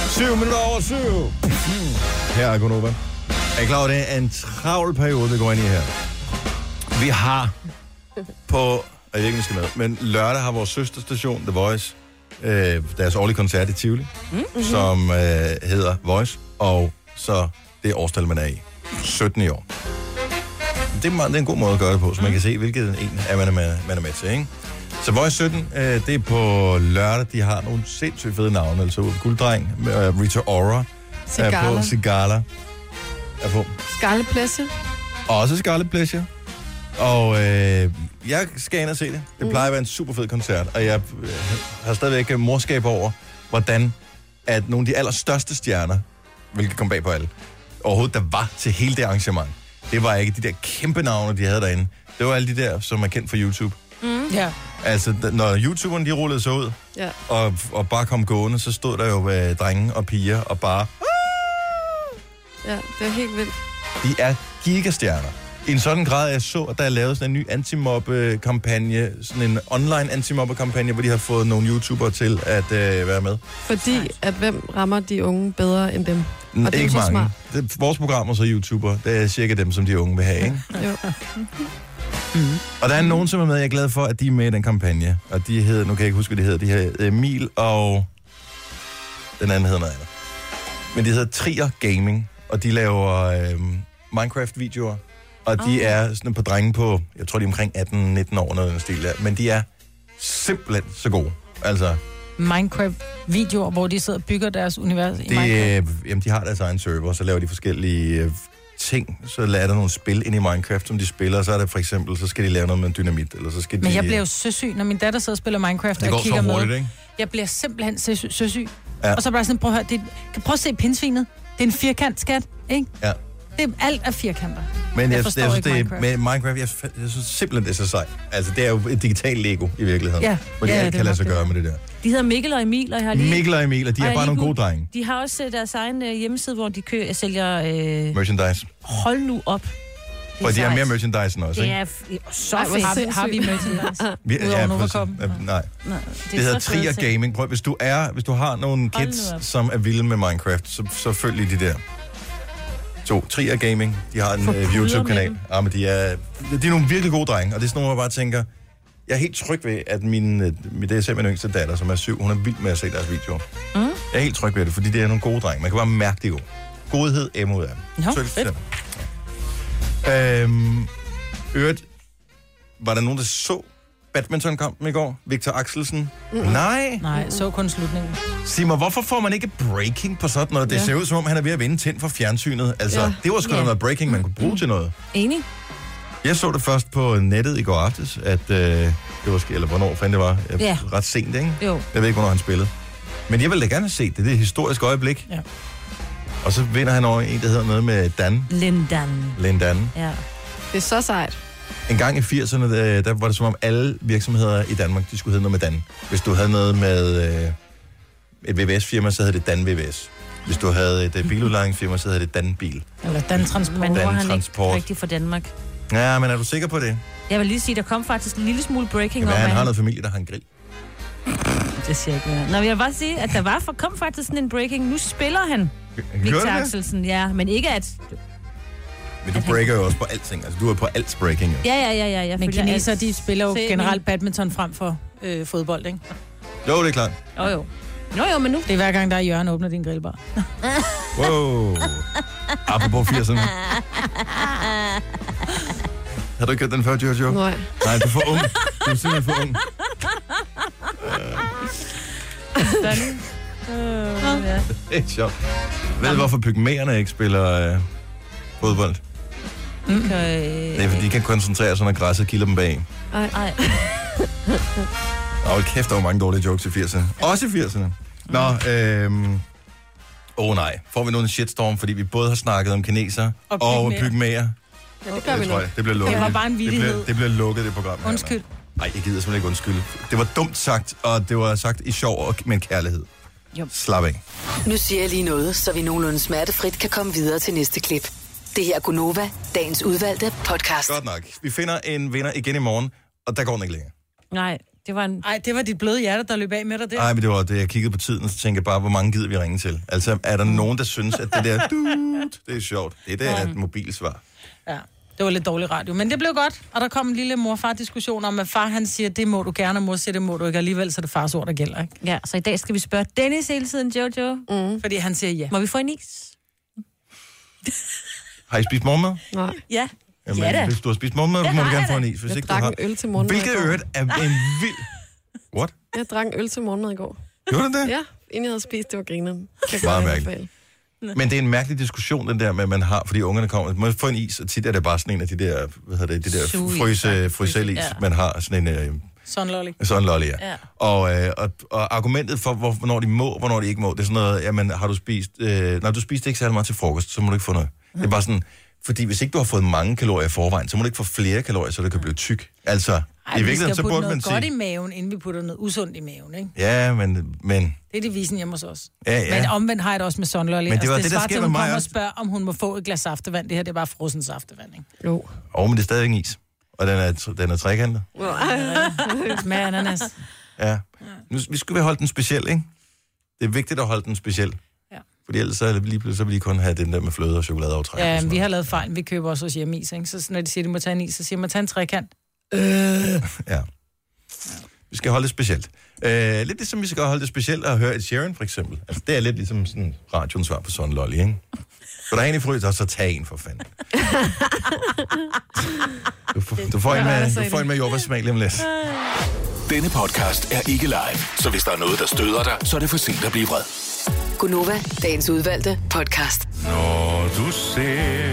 Speaker 1: Syv minutter over syv. Her er Gunova. Er I klar over, det er en travl periode, vi går ind i her? Vi har på, og jeg ved ikke, om I skal med, men lørdag har vores søsterstation, The Voice, øh, deres årlige koncert i Tivoli, mm-hmm. som øh, hedder Voice, og så det årstal, man er i. 17 i år. Det er, meget, det er en god måde at gøre det på, så man kan se, hvilket en er man, er med, man er med til, ikke? Så Voice 17, øh, det er på lørdag. De har nogle sindssygt fede navne, altså Gulddreng, øh, Rita Ora, er
Speaker 4: Cigala.
Speaker 1: på, Cigala er på.
Speaker 4: Skalleplæsse.
Speaker 1: Og også Scarlet Pleasure. Og øh, jeg skal ind og se det. Det plejer at være en super fed koncert, og jeg øh, har stadigvæk øh, morskab over, hvordan at nogle af de allerstørste stjerner, hvilket kom bag på alle, overhovedet der var til hele det arrangement. Det var ikke de der kæmpe navne, de havde derinde. Det var alle de der, som er kendt fra YouTube.
Speaker 3: Ja.
Speaker 1: Altså, d- når YouTuberne de rullede sig ud,
Speaker 4: Ja.
Speaker 1: og, og bare kom gående, så stod der jo øh, drenge og piger og bare...
Speaker 4: ja, det er helt vildt.
Speaker 1: De er gigastjerner. I en sådan grad, at jeg så, at der er lavet sådan en ny antimobbe-kampagne, sådan en online antimobbe-kampagne, hvor de har fået nogle YouTubere til at øh, være med.
Speaker 4: Fordi, at hvem rammer de unge bedre end dem? Og det er jo
Speaker 1: Ikke
Speaker 4: så
Speaker 1: mange.
Speaker 4: smart.
Speaker 1: Det, vores programmer så YouTuber, det er cirka dem, som de unge vil have, ikke? Mm.
Speaker 4: Jo.
Speaker 1: Og der er nogen, som er med, jeg er glad for, at de er med i den kampagne. Og de hedder, nu kan jeg ikke huske, hvad de hedder, de hedder Emil og... Den anden hedder noget andet. Men de hedder Trier Gaming, og de laver øh, Minecraft-videoer. Og de er sådan på drenge på, jeg tror, de er omkring 18-19 år, noget af den stil der. Men de er simpelthen så gode. Altså,
Speaker 3: Minecraft-videoer, hvor de sidder og bygger deres univers i
Speaker 1: de,
Speaker 3: Minecraft.
Speaker 1: øh, jamen, de har deres egen server, så laver de forskellige øh, ting. Så er der nogle spil ind i Minecraft, som de spiller. Så er der for eksempel, så skal de lave noget med dynamit, eller så skal de...
Speaker 3: Men jeg bliver jo søsyg, når min datter sidder og spiller Minecraft,
Speaker 1: Det
Speaker 3: og
Speaker 1: går
Speaker 3: jeg kigger
Speaker 1: så hurtigt,
Speaker 3: med.
Speaker 1: ikke?
Speaker 3: Jeg bliver simpelthen søsyg. søsyg.
Speaker 1: Ja.
Speaker 3: Ja. Og så bare sådan, prøv at høre, det, kan prøv at se pindsvinet. Det er en firkant, skat, ikke?
Speaker 1: Ja.
Speaker 3: Det er alt af firkanter.
Speaker 1: Men jeg,
Speaker 3: Jeg
Speaker 1: jeg, jeg
Speaker 3: forstår
Speaker 1: synes,
Speaker 3: ikke
Speaker 1: det er,
Speaker 3: Minecraft.
Speaker 1: med Minecraft, jeg, fa- jeg synes simpelthen, det er så sejt. Altså, det er jo et digitalt Lego i virkeligheden.
Speaker 3: Ja.
Speaker 1: Fordi
Speaker 3: Ja,
Speaker 1: alt
Speaker 3: det er
Speaker 1: kan lade
Speaker 3: nok
Speaker 1: sig
Speaker 3: det.
Speaker 1: gøre med det der.
Speaker 2: de hedder Mikkel og Emil, og jeg har lige...
Speaker 1: Mikkel og Emil, og de
Speaker 2: og
Speaker 1: er
Speaker 2: jeg
Speaker 1: bare
Speaker 2: lige
Speaker 1: nogle gode
Speaker 2: googlet-
Speaker 1: drenge.
Speaker 2: De har også øh, deres egen øh, hjemmeside, hvor de kø- sælger... Øh,
Speaker 1: Merchandise.
Speaker 2: hold nu op. Det er
Speaker 1: For de har
Speaker 2: sejt.
Speaker 1: mere merchandise end os,
Speaker 2: Det
Speaker 1: ikke?
Speaker 2: er f- så
Speaker 4: Ej, hvor
Speaker 2: fedt.
Speaker 3: Har, vi- har vi merchandise?
Speaker 1: Vi,
Speaker 3: udover
Speaker 1: præcis.
Speaker 3: Novakoppen.
Speaker 1: Ja, Nej, det,
Speaker 2: Nej,
Speaker 1: det hedder
Speaker 2: så fede
Speaker 1: Trier
Speaker 2: ting.
Speaker 1: Gaming. Prøv, hvis du er, hvis du har nogle
Speaker 2: Hold
Speaker 1: kids,
Speaker 2: nu op.
Speaker 1: som er vilde med Minecraft, så, så følg lige de der. To, Trier Gaming, de har en
Speaker 2: Få
Speaker 1: uh,
Speaker 2: pudder med
Speaker 1: YouTube-kanal.
Speaker 2: dem.
Speaker 1: Ja, men de er, de er nogle virkelig gode drenge, og det er sådan nogle, hvor jeg bare tænker, jeg er helt tryg ved, at min, øh, min det er selv min yngste datter, som er syv, hun er vild med at se deres videoer. Mm. Jeg er helt tryg ved det, fordi det er nogle gode drenge. Man kan bare mærke det jo. Godhed, M ud af dem.
Speaker 3: Nå,
Speaker 1: Tryk-
Speaker 3: fedt.
Speaker 1: Ja. Øhm, øvrigt, var der nogen, der så badmintonkampen i går? Victor Axelsen? Mm. Nej.
Speaker 3: Nej, så kun slutningen.
Speaker 1: Sig mig, hvorfor får man ikke breaking på sådan noget? Det
Speaker 4: Ja.
Speaker 1: ser ud, som om han er ved at vinde tænd fra fjernsynet. Altså,
Speaker 4: Ja.
Speaker 1: det var sgu da
Speaker 2: Ja.
Speaker 1: noget breaking, man kunne bruge til noget.
Speaker 2: Enig?
Speaker 1: Jeg så det først på nettet i går aftes, at øh, det var sk- eller hvornår fanden det var, øh,
Speaker 2: Ja.
Speaker 1: ret sent, ikke?
Speaker 2: Jo.
Speaker 1: Jeg ved ikke, hvornår han spillede. Men jeg ville da gerne have set det. Det er et historisk øjeblik.
Speaker 3: Ja.
Speaker 1: Og så vinder han over en, der hedder noget med Dan.
Speaker 2: Lindan.
Speaker 1: Lindan.
Speaker 2: Ja.
Speaker 4: Det er så sejt.
Speaker 1: En gang i 80'erne, øh, der var det som om alle virksomheder i Danmark, de skulle hedde noget med Dan. Hvis du havde noget med øh, et VVS-firma, så hed det Dan VVS. Hvis du havde et øh, biludlejningsfirma, så hed det Dan Bil.
Speaker 3: Eller Dantransport.
Speaker 2: Men nu er han
Speaker 1: Transport.
Speaker 2: ikke rigtig fra Danmark.
Speaker 1: Ja, men er du sikker på det?
Speaker 2: Jeg vil lige sige, der kom faktisk en lille smule breaking
Speaker 1: Kan være,
Speaker 2: om,
Speaker 1: han
Speaker 2: at
Speaker 1: har noget familie, der har en grill.
Speaker 2: Det siger jeg ikke mere. Nå, men jeg vil bare sige, at der var for, kom faktisk sådan en breaking. Nu spiller han,
Speaker 1: Gjorde
Speaker 2: Victor
Speaker 1: du det?
Speaker 2: Axelsen. Ja, men ikke at...
Speaker 1: Men du breaker jo også på alting. Altså, du er på alt breaking. Jo.
Speaker 2: Ja, ja, ja, ja. Jeg
Speaker 3: Men
Speaker 2: følger
Speaker 3: kineser,
Speaker 2: alt.
Speaker 3: de spiller jo
Speaker 2: Se min-
Speaker 3: generelt badminton frem for øh, fodbold, ikke?
Speaker 1: Jo, det er klart.
Speaker 2: Jo, jo. Jo, jo, men nu...
Speaker 3: Det er hver gang, der er Jørgen åbner din grillbar.
Speaker 1: Wow. Apropos 80'erne. Har du ikke hørt den før, Jojo?
Speaker 4: Nej.
Speaker 1: Nej, du er for ung. Du er simpelthen for ung.
Speaker 2: Øh, ja.
Speaker 1: Det er sjovt. Ved du, hvorfor pygmæerne ikke spiller øh, fodbold?
Speaker 3: øh,
Speaker 1: Det er, fordi de kan koncentrere sig, når græsset kilder dem bag.
Speaker 4: Ej.
Speaker 2: Ej.
Speaker 1: Og hold kæft, der var mange dårlige jokes i 80'erne. Også i 80'erne. Nå, øhm... Åh oh, nej. Får vi nu en shitstorm, fordi vi både har snakket om kineser og,
Speaker 3: Og
Speaker 1: og
Speaker 3: pygmæer.
Speaker 1: pygmæer?
Speaker 4: Ja, det gør vi
Speaker 1: Det tror
Speaker 4: nok.
Speaker 1: jeg. Det bliver lukket.
Speaker 3: Det var bare en
Speaker 1: Det
Speaker 3: vittighed.
Speaker 1: bliver, det bliver lukket, det program. her,
Speaker 3: Undskyld.
Speaker 1: mand. Nej, jeg gider simpelthen ikke undskylde. Det var dumt sagt, og det var sagt i sjov og med kærlighed.
Speaker 2: Jo.
Speaker 1: Slap af.
Speaker 5: Nu siger jeg lige noget, så vi nogenlunde smertefrit kan komme videre til næste klip. Det her er Gunova, dagens udvalgte podcast.
Speaker 1: Godt nok. Vi finder en vinder igen i morgen, og der går den ikke længere.
Speaker 2: Nej, det var en...
Speaker 3: Ej, det var dit bløde hjerte, der løb af med dig der.
Speaker 1: Nej, men det var det, jeg kiggede på tiden, og så tænkte jeg bare, hvor mange gider vi ringe til? Altså, er der nogen, der synes, at det der, dut, det er sjovt? Det der er et mobilsvar.
Speaker 3: Ja. Det var lidt dårlig radio, men det blev godt. Og der kom en lille mor-far-diskussion om, at far han siger, det må du gerne, og mor siger, det må du ikke. Alligevel så er det fars ord, der gælder, ikke?
Speaker 2: Ja, så i dag skal vi spørge Dennis hele tiden, Jojo. Mm.
Speaker 3: Fordi han siger ja.
Speaker 2: Må vi få en is?
Speaker 1: Har I spist morgenmad?
Speaker 4: Nej.
Speaker 2: Ja.
Speaker 1: Jamen,
Speaker 2: Ja da.
Speaker 1: Hvis du har spist morgenmad, må du
Speaker 2: har
Speaker 1: gerne
Speaker 2: jeg
Speaker 1: få
Speaker 2: da.
Speaker 1: en is. Hvis
Speaker 4: Jeg
Speaker 1: ikke du
Speaker 4: drak
Speaker 1: har...
Speaker 4: en øl til morgenmad.
Speaker 1: Hvilket
Speaker 4: i går.
Speaker 1: øret er en vild... What?
Speaker 4: Jeg drak en øl til morgenmad i går.
Speaker 1: Gjorde du det?
Speaker 4: Ja, inden jeg havde spist, det var grineren. Kan jeg
Speaker 1: Meget
Speaker 4: godt
Speaker 1: mærkeligt.
Speaker 4: anbefale.
Speaker 1: Men det er en mærkelig diskussion, den der med, at man har, fordi ungerne kommer. Man får en is, og tit er det bare sådan en af de der, hvad hedder det, de der
Speaker 2: Sugeis,
Speaker 1: fryse,
Speaker 2: ja.
Speaker 1: fryselis,
Speaker 2: Ja.
Speaker 1: man har sådan en... Øh,
Speaker 3: Sådan lolly.
Speaker 1: sådan lolly, ja.
Speaker 2: Ja.
Speaker 1: Og, øh, og, og, argumentet for, hvor, hvornår de må, og hvornår de ikke må, det er sådan noget, jamen, har du spist... Øh, når du spiste ikke særlig meget til frokost, så må du ikke få noget. Det er bare sådan, fordi hvis ikke du har fået mange kalorier i forvejen, så må du ikke få flere kalorier, så du kan blive tyk. Altså, Ej, i
Speaker 3: vi
Speaker 1: virkeligheden,
Speaker 3: skal
Speaker 1: så
Speaker 3: putte
Speaker 1: burde
Speaker 3: noget
Speaker 1: man
Speaker 3: godt i
Speaker 1: sige...
Speaker 3: maven, inden vi putter noget usundt i maven, ikke?
Speaker 1: Ja, men, men
Speaker 3: Det er det visen hjemme hos os.
Speaker 1: Ja, ja.
Speaker 3: Men omvendt har jeg det også med Altså, sonlolly.
Speaker 1: det var det, der
Speaker 3: svarer
Speaker 1: sker
Speaker 3: til,
Speaker 1: med
Speaker 3: hun
Speaker 1: mig
Speaker 3: kommer og
Speaker 1: også.
Speaker 3: spørger, om hun må få et glas saftevand. Det her, det er bare frossen saftevand, ikke?
Speaker 4: Jo.
Speaker 1: Og men det er stadigvæk en is. Og den er, den er trekantet.
Speaker 3: Med ananas.
Speaker 1: Ja. Nu, vi skulle holde den speciel, ikke? Det er vigtigt at holde den speciel.
Speaker 3: Ja.
Speaker 1: Fordi ellers så, er det lige, pludselig- så vil de kun have den der med fløde og chokoladeaftræk. og
Speaker 3: Ja,
Speaker 1: sådan
Speaker 3: vi
Speaker 1: noget.
Speaker 3: har lavet fejl. Vi køber også hos hjemmeis, ikke? Så når de siger, at de må tage en is, så siger man, tag en trekant.
Speaker 1: Ja. Vi skal holde det specielt. Øh, lidt ligesom vi skal holde det specielt at høre et Sharon, for eksempel. Altså, det er lidt ligesom sådan radioens svar på sådan lolly, ikke? Så der er en i frys, og så tag en for fanden. Du, får- du, får en med, du får en med jordbærsmag lige om lidt.
Speaker 6: Denne podcast er ikke live, så hvis der er noget, der støder dig, så er det for sent at blive vred.
Speaker 5: Gunova, dagens udvalgte podcast.
Speaker 7: Når du ser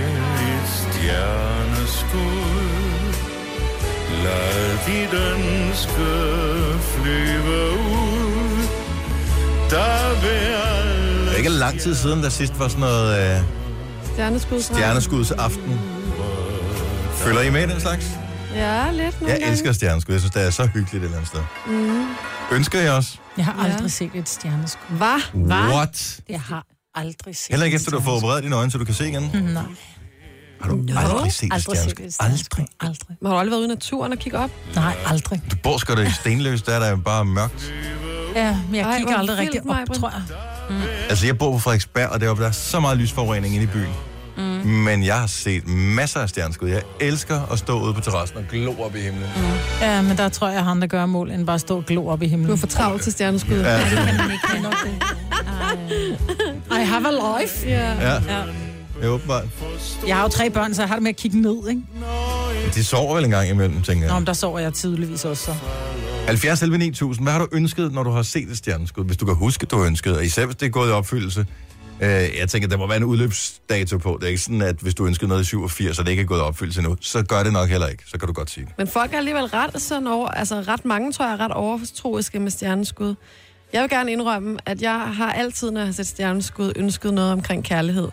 Speaker 7: et stjerneskud, lad dit ønske flyve ud. Der vil
Speaker 1: Det er
Speaker 7: alle
Speaker 1: ikke lang tid siden, der sidst var sådan noget... Øh,
Speaker 4: Stjerneskud.
Speaker 1: stjerneskudsaften. Følger I med i den slags?
Speaker 4: Ja, lidt nogle
Speaker 1: Jeg
Speaker 4: gange.
Speaker 1: elsker stjerneskud. Jeg synes, det er så hyggeligt et eller andet sted. Mm. Ønsker I også?
Speaker 3: Jeg har
Speaker 4: Ja.
Speaker 3: aldrig set et stjerneskud.
Speaker 4: Hvad?
Speaker 1: What?
Speaker 3: Jeg har aldrig set
Speaker 1: Heller ikke
Speaker 3: et
Speaker 1: efter, du har fået opereret dine øjne, så du kan se igen?
Speaker 3: Mm, Nej.
Speaker 1: Har du no. aldrig set et
Speaker 3: Aldrig set
Speaker 1: stjerneskud?
Speaker 3: et
Speaker 1: Aldrig.
Speaker 3: stjerneskud. Aldrig.
Speaker 4: Har du aldrig været ude i naturen og kigge op?
Speaker 3: Nej, aldrig.
Speaker 1: Du bor skal du i stenløs, der er der jo bare mørkt.
Speaker 3: Ja, men jeg
Speaker 4: Ej,
Speaker 3: kigger
Speaker 4: hvor
Speaker 3: aldrig
Speaker 4: vildt,
Speaker 3: rigtig op,
Speaker 4: Maj-Brit.
Speaker 3: tror jeg.
Speaker 1: Altså, jeg bor på Frederiksberg, og deroppe der er så meget lysforurening inde i byen. Mm. Men jeg har set masser af stjerneskud. Jeg elsker at stå ude på terrassen og glo op i himlen. Mm.
Speaker 3: Ja, men der tror jeg, at han der gør mål, end bare at stå og glo op i himlen.
Speaker 4: Du er for travlt til stjerneskud. Ja.
Speaker 3: I have a life.
Speaker 1: Ja. ja. Ja, åbenbart.
Speaker 3: Jeg har jo tre børn, så jeg har det med at kigge ned, ikke?
Speaker 1: De sover vel en gang imellem, tænker jeg.
Speaker 3: Nå, men der sover jeg tydeligvis også så.
Speaker 1: 70 11 9000. Hvad har du ønsket, når du har set et stjerneskud? Hvis du kan huske, du har ønsket, og især hvis det er gået i opfyldelse. Øh, jeg tænker, der må være en udløbsdato på. Det er ikke sådan, at hvis du ønskede noget i 87, og det ikke er gået i opfyldelse endnu, så gør det nok heller ikke. Så kan du godt sige det.
Speaker 4: Men folk er alligevel ret sådan over, altså ret mange tror jeg er ret overtroiske med stjerneskud. Jeg vil gerne indrømme, at jeg har altid, når jeg har set stjerneskud, ønsket noget omkring kærlighed.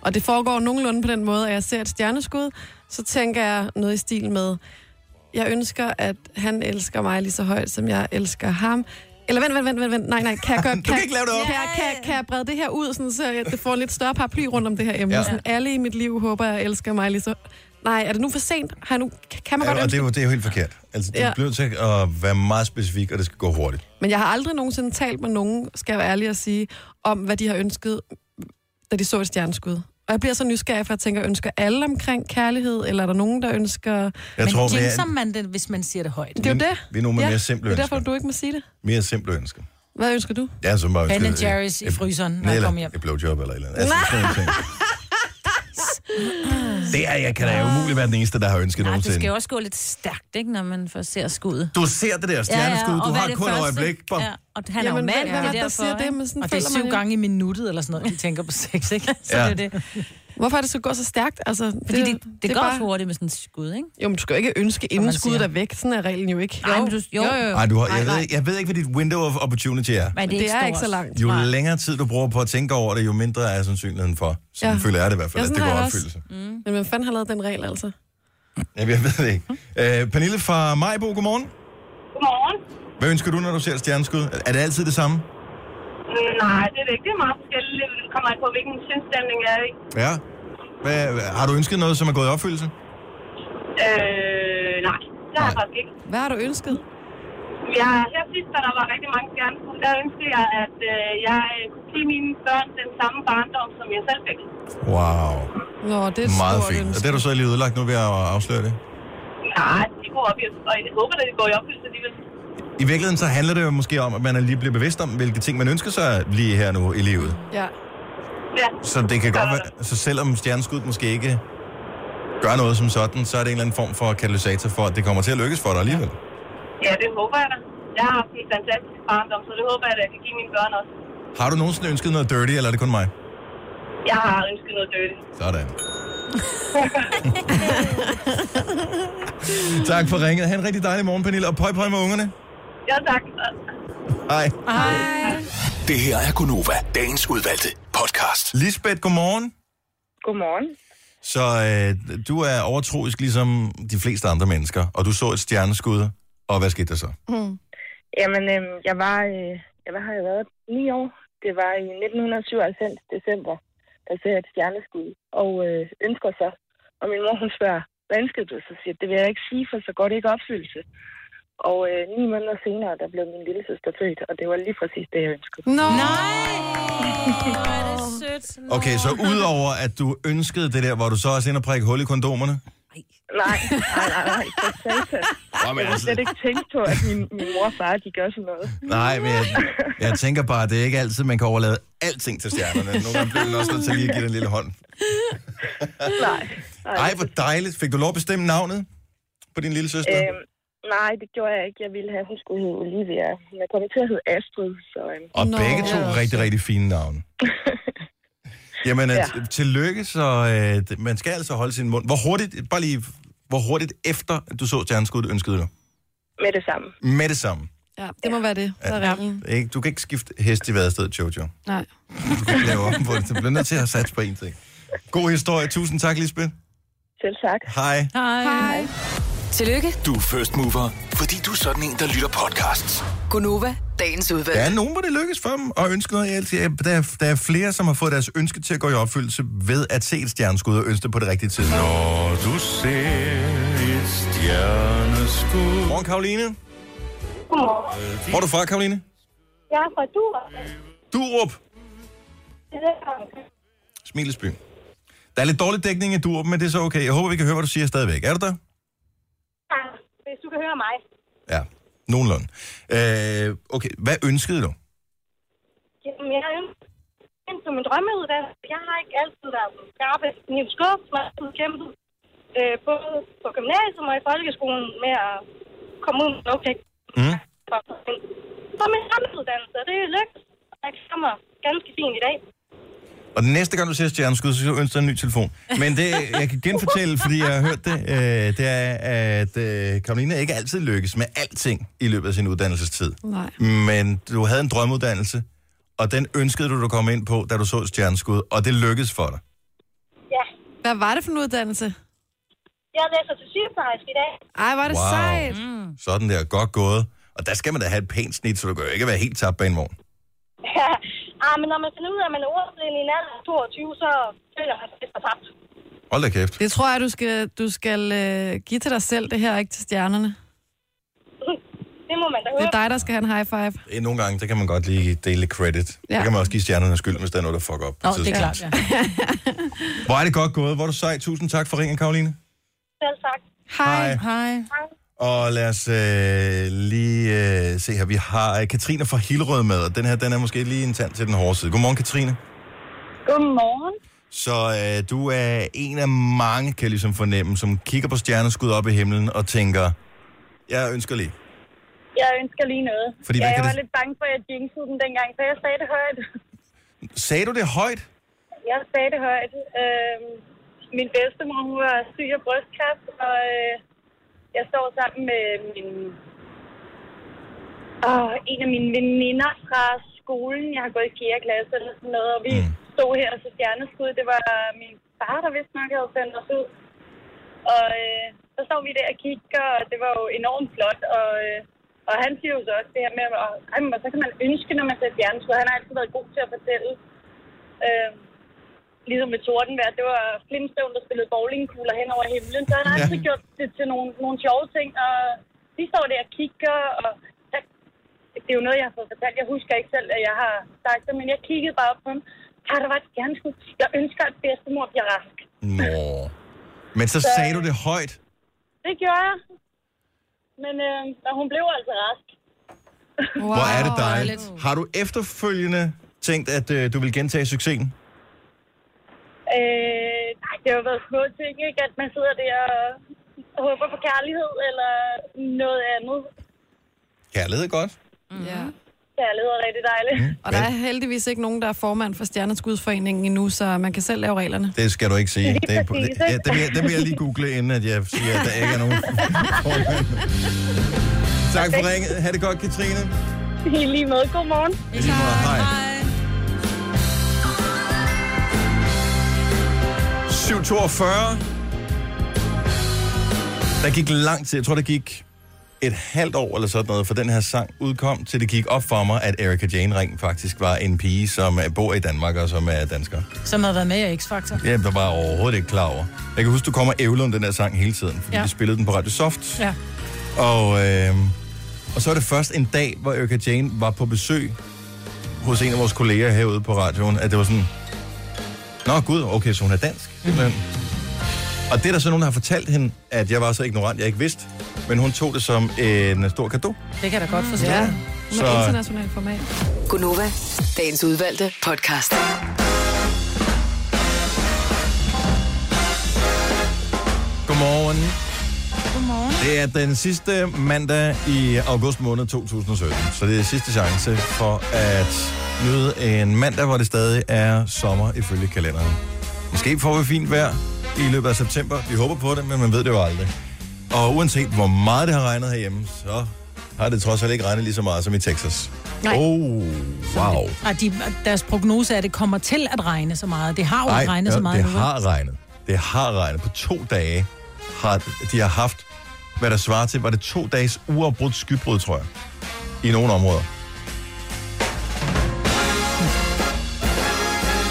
Speaker 4: Og det foregår nogenlunde på den måde, at jeg ser et stjerneskud, så tænker jeg noget i stil med, jeg ønsker, at han elsker mig lige så højt, som jeg elsker ham. Eller vent, vent, vent, vent, vent. Nej, nej, kan jeg gøre...
Speaker 1: kan ikke lave det om.
Speaker 4: Kan jeg, kan, jeg- kan jeg brede det her ud, sådan, så jeg- det får en lidt større paraply rundt om det her emne?
Speaker 1: Ja.
Speaker 4: Ja. Sådan, alle i mit liv håber, jeg elsker mig lige så... Nej, er det nu for sent? Har jeg nu... Kan man
Speaker 1: Ja,
Speaker 4: godt
Speaker 1: og det
Speaker 4: ønske
Speaker 1: er, jo, det er jo helt forkert. Altså, det
Speaker 4: Ja.
Speaker 1: er blevet til at være meget specifik, og det skal gå hurtigt.
Speaker 4: Men jeg har aldrig nogensinde talt med nogen, skal jeg være ærlig at sige, om hvad de har ønsket, da de så et stjerneskud. Og jeg bliver så nysgerrig, for jeg tænker, ønsker alle omkring kærlighed, eller er der nogen, der ønsker...
Speaker 1: Jeg
Speaker 3: Men
Speaker 1: tror, vi
Speaker 3: jinxer
Speaker 1: er,
Speaker 3: man det, hvis man siger det højt?
Speaker 4: Det er jo det.
Speaker 1: vi er nogle med mere simple
Speaker 4: Det er derfor,
Speaker 1: ønsker.
Speaker 4: du ikke må sige det.
Speaker 1: mere simple ønsker.
Speaker 4: Hvad ønsker du?
Speaker 1: Ja, som bare
Speaker 3: Ben
Speaker 1: ønsket, øh,
Speaker 3: Jerry's i
Speaker 1: et-
Speaker 3: fryseren, når jeg
Speaker 1: Eller
Speaker 3: kommer hjem.
Speaker 1: et blowjob eller et eller andet. Altså, sådan nogle ting. det er, jeg kan da umuligt være den eneste, der har ønsket
Speaker 2: Nej, det
Speaker 1: nogensinde.
Speaker 2: skal jo også gå lidt stærkt, ikke, når man får ser skuddet.
Speaker 1: Du ser det der stjerneskud, ja, ja.
Speaker 2: og
Speaker 1: du
Speaker 2: hvad
Speaker 1: har
Speaker 2: er det
Speaker 1: kun et
Speaker 2: første?
Speaker 1: øjeblik. Bom.
Speaker 2: Ja, og han er jo
Speaker 4: Jamen,
Speaker 2: mand,
Speaker 4: hvad-
Speaker 2: det
Speaker 4: hvad
Speaker 2: er
Speaker 4: er det, der
Speaker 2: derfor,
Speaker 4: siger det?
Speaker 2: ikke?
Speaker 4: Men sådan
Speaker 3: Og det er
Speaker 4: føler man
Speaker 3: syv
Speaker 4: jo-
Speaker 3: gange i minuttet eller sådan noget, de tænker på sex, ikke? Så
Speaker 1: Ja.
Speaker 3: ja. det er det.
Speaker 4: Hvorfor er det så godt så stærkt? Altså,
Speaker 2: Fordi det, det, det
Speaker 4: er
Speaker 2: går bare... hurtigt med sådan et skud, ikke?
Speaker 4: Jo, men du skal jo ikke ønske, inden
Speaker 3: man
Speaker 4: skuddet
Speaker 3: siger.
Speaker 4: er væk. Sådan er reglen jo ikke.
Speaker 2: Nej, men du- jo.
Speaker 1: Ej, du har,
Speaker 4: Nej,
Speaker 1: jeg, ved,
Speaker 4: nej.
Speaker 1: ikke- jeg ved ikke, hvad dit window of opportunity er.
Speaker 2: Men
Speaker 4: Det er
Speaker 2: stort.
Speaker 4: ikke så langt.
Speaker 1: Jo
Speaker 4: Nej.
Speaker 1: længere tid du bruger på at tænke over det, jo mindre er sandsynligheden for. Så ja.
Speaker 4: Ja.
Speaker 1: føler jeg det i hvert fald,
Speaker 4: Ja,
Speaker 1: at det
Speaker 4: sådan
Speaker 1: går
Speaker 4: har jeg Mm.
Speaker 1: opfyldelse.
Speaker 2: Mm.
Speaker 4: Men hvem fanden har lavet den regel, altså?
Speaker 1: Jamen, jeg ved det ikke. Øh, Pernille fra Majbo, godmorgen.
Speaker 8: Godmorgen.
Speaker 1: Hvad ønsker du, når du ser et stjerneskud? Er det altid det samme?
Speaker 8: Mm, Nej, det er ikke. Det er meget forskelligt. Det kommer an på, hvilken sindstemning jeg er i.
Speaker 1: Ja. Hvad, har du ønsket noget, som er gået i opfyldelse?
Speaker 8: Øh, nej, det har jeg
Speaker 1: Nej.
Speaker 8: faktisk ikke.
Speaker 4: Hvad har du ønsket?
Speaker 8: Jeg, her sidst, da der var rigtig mange stjerneskud, der ønskede jeg, at øh, jeg øh, kunne give mine børn den samme barndom, som jeg selv fik.
Speaker 1: Wow.
Speaker 4: Nå, det er et
Speaker 1: Meget
Speaker 4: stort
Speaker 1: fint. Og
Speaker 4: ønske.
Speaker 1: det har du så lige ødelagt nu ved at afsløre det.
Speaker 8: Nej, de går op i, og jeg håber, at de går i opfyldelse alligevel.
Speaker 1: I virkeligheden så handler det jo måske om, at man er lige bliver bevidst om, hvilke ting man ønsker sig lige her nu i livet.
Speaker 4: Ja.
Speaker 8: Ja.
Speaker 1: Så det kan godt være, så selvom stjerneskud måske ikke gør noget som sådan, så er det en eller anden form for katalysator for, at det kommer til at lykkes for dig alligevel.
Speaker 8: ja, det håber jeg da. Jeg har haft en fantastisk barndom, så det håber jeg da, at jeg kan give mine børn også.
Speaker 1: Har du nogensinde ønsket noget dirty, eller er det kun mig?
Speaker 8: Jeg har ønsket noget dødigt.
Speaker 1: Sådan. tak for ringet. Ha' en rigtig dejlig morgen, Pernille, og pøj pøj med ungerne.
Speaker 8: Ja, tak.
Speaker 1: Hej.
Speaker 6: Det her er Gunova, dagens udvalgte podcast.
Speaker 1: Lisbeth, godmorgen.
Speaker 9: Godmorgen.
Speaker 1: Så øh, du er overtroisk ligesom de fleste andre mennesker, og du så et stjerneskud, og hvad skete der så?
Speaker 9: Jamen, øh, jeg var, øh, jeg, hvad har jeg været? 9 år. Det var i 1997 december, der ser jeg et stjerneskud og øh, ønsker sig. Og min mor, hun spørger, hvad ønskede du? Så siger jeg, det vil jeg ikke sige, for så går det ikke opfyldelse. Og øh, ni måneder senere, der blev min lille søster født, og det var lige præcis det, jeg ønskede.
Speaker 4: Nå,
Speaker 2: Hvor er det sødt.
Speaker 1: Okay, så udover at du ønskede det der, hvor du så også ind og prikke hul i kondomerne?
Speaker 9: Nej, nej, nej, nej. For satan.
Speaker 1: Jamen,
Speaker 9: Jeg har slet ikke tænkt på, at min, min mor og far, de gør sådan noget.
Speaker 1: Nej, men jeg, jeg tænker bare, at det er ikke altid, man kan overlade alting til stjernerne. Nogle gange bliver man også nødt til lige at give den en lille hånd.
Speaker 9: Nej. nej.
Speaker 1: Ej, hvor dejligt. Fik du lov at bestemme navnet på din lille søster?
Speaker 9: Øhm, nej, det gjorde jeg ikke. Jeg ville have, at hun skulle hedde Olivia. Hun er kommet til at hedde Astrid, så øhm,
Speaker 1: Og
Speaker 4: Nå.
Speaker 1: begge to rigtig, rigtig fine navne. Jamen, ja.
Speaker 9: Ja.
Speaker 1: tillykke, så øh, d- man skal altså holde sin mund. Hvor hurtigt, bare lige, hvor hurtigt efter at du så stjerneskud, ønskede du?
Speaker 9: med det samme.
Speaker 1: Med det samme.
Speaker 4: ja, det må være det. Der er reglen.
Speaker 1: Ikke? Du kan ikke skifte hest i vadestedet, Jojo.
Speaker 4: Nej.
Speaker 1: Du kan ikke lave om på det. Du bliver nødt til at satse på én ting. God historie. Tusind tak, Lisbeth.
Speaker 9: Selv tak.
Speaker 1: Hej.
Speaker 4: Hej.
Speaker 5: Tillykke,
Speaker 6: Du er first mover, fordi du er sådan en, der lytter podcasts.
Speaker 5: Gunova, dagens udvalg.
Speaker 1: Der er nogen, hvor det lykkes for dem at ønske noget. Jeg elsker- Der er, der er flere, som har fået deres ønske til at gå i opfyldelse ved at se et stjerneskud og ønske det på det rigtige tidspunkt.
Speaker 7: Når du ser et stjerneskud
Speaker 1: Morgen, Karoline.
Speaker 8: Godmorgen.
Speaker 1: Hvor er du fra, Karoline?
Speaker 8: Jeg er fra Duer.
Speaker 1: Durup.
Speaker 8: Det er der.
Speaker 1: Smilesby. Der er lidt dårlig dækning i Durup, men det er så okay. Jeg håber, vi kan høre, hvad du siger stadigvæk. Er du der?
Speaker 8: Ja, Hvis du kan høre mig.
Speaker 1: Ja, nogenlunde. Øh, okay, hvad ønskede du?
Speaker 8: Jamen, jeg er jo ind som en drømmeuddannelse. Jeg har ikke altid været den skarpe i en skuff. Jeg har altid kæmpet øh, både på gymnasiet og i folkeskolen med at komme ud med okay.
Speaker 1: Mm.
Speaker 8: Så min drømmeuddannelse, det er lykkes. og Jeg kommer ganske fint i dag.
Speaker 1: Og den næste gang, du ser stjerneskud, så skal du ønske dig en ny telefon. Men det, jeg kan genfortælle, fordi jeg har hørt det, øh, det er, at øh, Karolina ikke altid lykkes med alting i løbet af sin uddannelsestid.
Speaker 4: Nej.
Speaker 1: Men du havde en drømmeuddannelse, og den ønskede du, du kom ind på, da du så et stjerneskud, og det lykkedes for dig.
Speaker 8: Ja,
Speaker 4: Hvad var det for en uddannelse?
Speaker 8: jeg læser til sygeplejerske i dag.
Speaker 4: Ej, var det
Speaker 1: Wow.
Speaker 4: wow. sejt.
Speaker 3: Mm.
Speaker 1: Sådan der, godt gået. Og der skal man da have et pænt snit, så du kan jo ikke være helt tabt bag en vogn.
Speaker 8: ah, men når man finder ud af, at man er ordblind i en alder af 22, så føler man sig lidt fortabt.
Speaker 1: Hold da kæft.
Speaker 4: Det tror jeg, du skal, du skal øh, give til dig selv det her, og ikke til stjernerne.
Speaker 8: Det må man da
Speaker 4: Det
Speaker 8: høre.
Speaker 4: er dig, der skal have en high five.
Speaker 1: Det er Nogle gange, der kan man godt lige dele lidt credit. Ja.
Speaker 4: Ja.
Speaker 1: Der kan man også give stjernerne skyld, hvis der er noget, der fucker op. på
Speaker 3: Nå,
Speaker 1: et
Speaker 3: det er
Speaker 1: tidspunkt.
Speaker 3: klart, ja.
Speaker 1: Hvor er det godt gået. Hvor er du sej. Tusind tak for ringen, Karoline.
Speaker 8: Selv tak.
Speaker 4: Hej.
Speaker 1: Hej.
Speaker 3: Hej.
Speaker 1: Og lad os øh, lige øh, se her. Vi har øh, Katrine fra Hillerød med, og den her den er måske lige en tand til den hårde side. Godmorgen, Katrine.
Speaker 8: Godmorgen.
Speaker 1: Så øh, du er en af mange, kan jeg ligesom fornemme, som kigger på stjerneskud op i himlen og tænker, jeg ønsker lige.
Speaker 8: Jeg ønsker lige noget.
Speaker 1: Fordi
Speaker 8: ja,
Speaker 1: hvad
Speaker 8: jeg
Speaker 1: kan
Speaker 8: var
Speaker 1: det-
Speaker 8: lidt bange for, at jeg jinxede den dengang, så jeg sagde det højt.
Speaker 1: Sagde du det højt?
Speaker 8: Jeg sagde det højt. Øhm, min bedstemor, hun var syg af brystkræft, og øh, jeg står sammen med min, åh, en af mine veninder fra skolen. Jeg har gået i 4. klasse eller sådan noget, og vi
Speaker 1: Mm.
Speaker 8: mm. stod her og så stjerneskud. Det var min far, der vist nok havde sendt os ud. Og øh, så står vi der og kigger, og det var jo enormt flot. Og, øh, og han siger jo så også det her med, at "Jamen, og så kan man ønske, når man ser stjerneskud. Han har altid været god til at fortælle. Øh, ligesom med tordenvejr, det var Flintstone, der spillede bowlingkugler hen over himlen. Så han har
Speaker 1: Ja.
Speaker 8: altid gjort det til nogle, nogle sjove ting, og de står der og kigger, og der, det er jo noget, jeg har fået fortalt. Jeg husker ikke selv, at jeg har sagt det, men jeg kiggede bare op på ham. Har der var et stjerneskud? Jeg ønsker, at bedstemor bliver rask.
Speaker 1: Nå. Men så sagde du det højt.
Speaker 8: Det gjorde jeg. Men øh, men hun blev altså rask.
Speaker 4: Wow.
Speaker 1: Hvor er det dejligt. Har du efterfølgende tænkt, at øh, du vil gentage succesen?
Speaker 8: Øh, nej, det har jo været små ting, ikke? At man sidder der og håber på kærlighed eller noget andet.
Speaker 1: Kærlighed er godt.
Speaker 4: Ja.
Speaker 8: Kærlighed er rigtig dejligt. Mm.
Speaker 4: Og der er
Speaker 1: Men-
Speaker 4: heldigvis ikke nogen, der er formand for Stjerneskudsforeningen endnu, så man kan selv lave reglerne.
Speaker 1: Det skal du ikke sige.
Speaker 8: Lige
Speaker 1: Det, er,
Speaker 8: præcis,
Speaker 1: det, ja,
Speaker 8: ikke?
Speaker 1: det, vil jeg, det vil jeg lige google, inden at jeg siger, at der ikke er nogen formand. Tak for ringet. Ha' det godt, Katrine.
Speaker 8: I lige måde. Godmorgen.
Speaker 1: I lige måde. Hej. 742. Der gik lang tid. Jeg tror, der gik et halvt år eller sådan noget, for den her sang udkom, til det gik op for mig, at Erika Jane Ring faktisk var en pige, som øh, bor i Danmark og som er dansker.
Speaker 3: Som har været med i X-Factor.
Speaker 1: Ja, der var jeg overhovedet ikke klar over. Jeg kan huske, du kommer ævlede om den der sang hele tiden, fordi ja.
Speaker 3: Ja.
Speaker 1: vi spillede den på Radio Soft.
Speaker 3: Ja.
Speaker 1: Og, øh, og så var det først en dag, hvor Erika Jane var på besøg hos en af vores kolleger herude på radioen, at det var sådan, Nå gud, okay, så hun er dansk. Mm. Og det er der så nogen, der har fortalt hende, at jeg var så ignorant, jeg ikke vidste. Men hun tog det som en stor gave.
Speaker 3: Det kan jeg da godt forstå.
Speaker 4: Ja.
Speaker 3: Ja.
Speaker 4: Med
Speaker 1: Så-
Speaker 4: internationalt format.
Speaker 5: Gunova, dagens udvalgte podcast.
Speaker 1: Godmorgen. Godmorgen. Det er den sidste mandag i august måned 2017, så det er sidste chance for at nyde en mandag, hvor det stadig er sommer ifølge kalenderen. Måske får vi fint vejr i løbet af september. Vi håber på det, men man ved det jo aldrig. Og uanset hvor meget det har regnet herhjemme, så har det trods alt ikke regnet lige så meget som i Texas.
Speaker 3: Nej.
Speaker 1: Oh, wow.
Speaker 3: Og de, deres prognose er, at det kommer til at regne så meget. Det har jo ikke regnet så meget
Speaker 1: det
Speaker 3: nu. vel?
Speaker 1: har regnet. Det har regnet. På to dage har de har haft, hvad der svarer til, var det to dages uafbrudt skybrud, tror jeg, i nogle områder.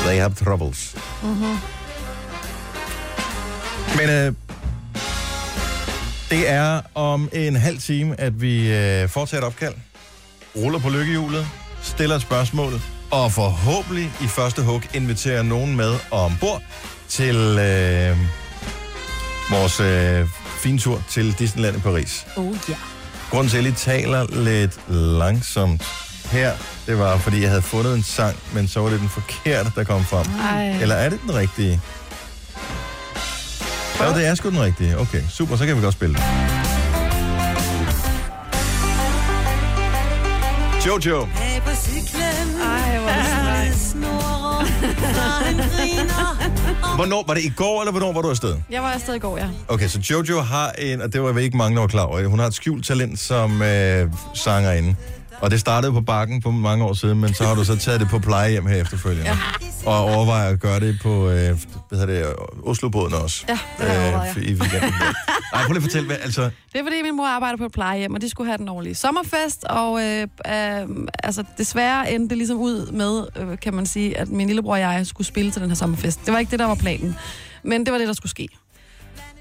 Speaker 1: They have troubles. Mm-hmm. Men øh, det er om en halv time, at vi øh, fortsætter et opkald, ruller på lykkehjulet, stiller et spørgsmål, og forhåbentlig i første hug inviterer nogen med ombord til øh, vores øh, fine tur til Disneyland i Paris.
Speaker 3: Oh, ja.
Speaker 1: Grunden til, at jeg lige taler lidt langsomt her, det var, fordi jeg havde fundet en sang, men så var det den forkerte, der kom frem.
Speaker 4: Ej.
Speaker 1: Eller er det den rigtige? Ja, det er sgu den rigtige. Okay, super, så kan vi godt spille den. Jojo.
Speaker 4: Ej, hvor er det sejt.
Speaker 1: Hvornår, var det i går, eller hvornår var du afsted?
Speaker 4: Jeg var afsted i går, ja.
Speaker 1: Okay, så Jojo har en, og det var vi ikke mange, der var klar over, hun har et skjult talent som øh, sangerinde. Og det startede på bakken for mange år siden, men så har du så taget det på plejehjem her efterfølgende. Ja. Og overvejer at gøre det på, øh, hvad hedder det, Oslobåden også. Øh,
Speaker 4: Ja, det har jeg overvejet, ja.
Speaker 1: I weekenden. Ej, prøv lige at fortælle, hvad, altså,
Speaker 4: Det er fordi, min mor arbejder på et plejehjem, og de skulle have den årlige sommerfest, og øh, øh, altså, desværre endte det ligesom ud med, øh, kan man sige, at min lillebror og jeg skulle spille til den her sommerfest. Det var ikke det, der var planen, men det var det, der skulle ske.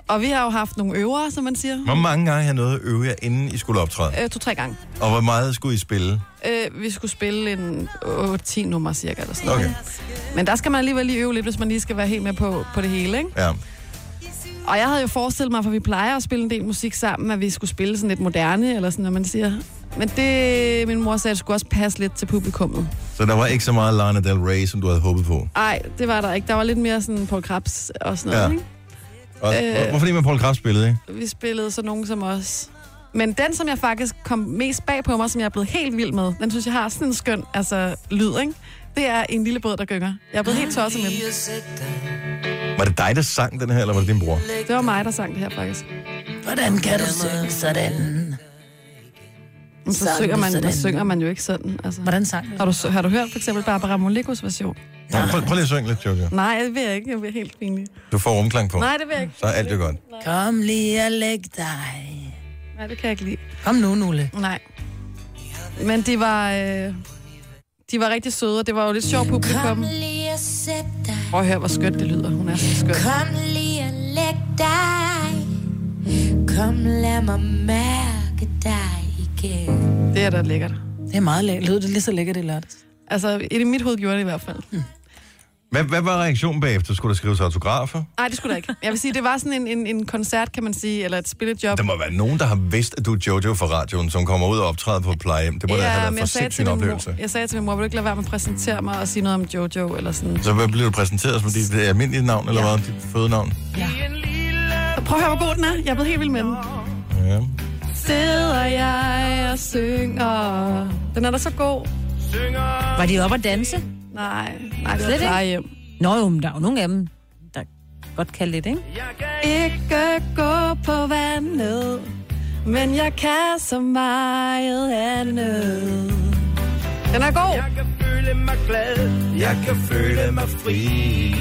Speaker 4: Og vi har jo haft nogle øvere, som man siger.
Speaker 1: hvor mange gange har I nået at øve jer, inden I skulle optræde?
Speaker 4: Øh, To-tre gange.
Speaker 1: Og hvor meget skulle I spille?
Speaker 4: Øh, vi skulle spille en 8-10 nummer cirka, eller sådan
Speaker 1: Okay,
Speaker 4: noget. Men der skal man alligevel lige øve lidt, hvis man lige skal være helt med på, på det hele, ikke?
Speaker 1: ja.
Speaker 4: Og jeg havde jo forestillet mig, for vi plejer at spille en del musik sammen, at vi skulle spille sådan lidt moderne, eller sådan, når man siger. Men det, min mor sagde, skulle også passe lidt til publikummet.
Speaker 1: Så der var ikke så meget Lana Del Rey, som du havde håbet på.
Speaker 4: Nej, det var der ikke. Der var lidt mere sådan Paul Krabs og sådan noget,
Speaker 1: Ja.
Speaker 4: ja. ikke?
Speaker 1: Og, øh... Hvorfor lige med Paul Kraft spillede, ikke?
Speaker 4: Vi spillede så nogen som os. Men den, som jeg faktisk kom mest bag på mig, som jeg er blevet helt vild med, den synes jeg har sådan en skøn altså, lyd, ikke? Det er en lille båd, der gynger. Jeg er blevet helt tosset med den.
Speaker 1: Var det dig, der sang den her, eller var det din bror?
Speaker 4: Det var mig, der sang det her, faktisk.
Speaker 2: Hvordan kan du synge sådan?
Speaker 4: Men så
Speaker 2: Sådan,
Speaker 4: synger man,
Speaker 2: sådan.
Speaker 4: så synger man jo ikke sådan. Altså.
Speaker 2: Hvordan sang du?
Speaker 4: Har du, har du hørt for eksempel Barbara Molekos version?
Speaker 1: Nå, prøv, prøv lige at synge lidt, Jojo.
Speaker 4: Nej, det vil jeg ikke. Jeg bliver helt pinlig.
Speaker 1: Du får rumklang på.
Speaker 4: Nej, det vil jeg ikke.
Speaker 1: Så er alt jo godt.
Speaker 3: Kom lige og læg dig.
Speaker 4: Nej, det kan jeg ikke lide.
Speaker 3: Kom nu, Nulle.
Speaker 4: Nej. Men de var... Øh, de var rigtig søde, og det var jo lidt sjovt publikum. Prøv at høre, hvor skønt det lyder. Hun er så skøn.
Speaker 10: Kom lige og læg dig. Kom, lad mig mærke dig igen.
Speaker 4: Det er da lækkert.
Speaker 3: Det er meget lækkert. Lød det lige så lækkert i lørdags?
Speaker 4: Altså, i mit hoved gjorde det i hvert fald.
Speaker 1: Hvad, hvad var reaktionen bagefter? Skulle der skrives autografer?
Speaker 4: Nej, det skulle der ikke. Jeg vil sige, det var sådan en, en, en koncert, kan man sige, eller et spillejob.
Speaker 1: Der må være nogen, der har vidst, at du er Jojo fra radioen, som kommer ud og optræder på et plejehjem. Det må ja, da have været for sindssyg en
Speaker 4: min
Speaker 1: oplevelse.
Speaker 4: mor, jeg sagde til min mor, vil du ikke lade være med at præsentere mig og sige noget om Jojo, eller sådan.
Speaker 1: Så hvad blev du præsenteret som dit øh, almindelige navn, eller
Speaker 4: Ja.
Speaker 1: hvad? Dit fødenavn?
Speaker 4: Prøv at høre, hvor god den er. Jeg er blevet helt vild med den.
Speaker 1: Ja.
Speaker 4: Sidder jeg og synger. Den er da så god.
Speaker 2: Var de oppe at danse?
Speaker 4: Nej, nej, det
Speaker 2: Slet
Speaker 4: var
Speaker 2: ikke?
Speaker 4: plejehjem.
Speaker 2: Nå jo, men der er jo nogle af dem, der godt kan lidt, ikke?
Speaker 4: Ikke gå på vandet, men jeg kan så meget andet. Den er god.
Speaker 1: Jeg kan føle mig fri.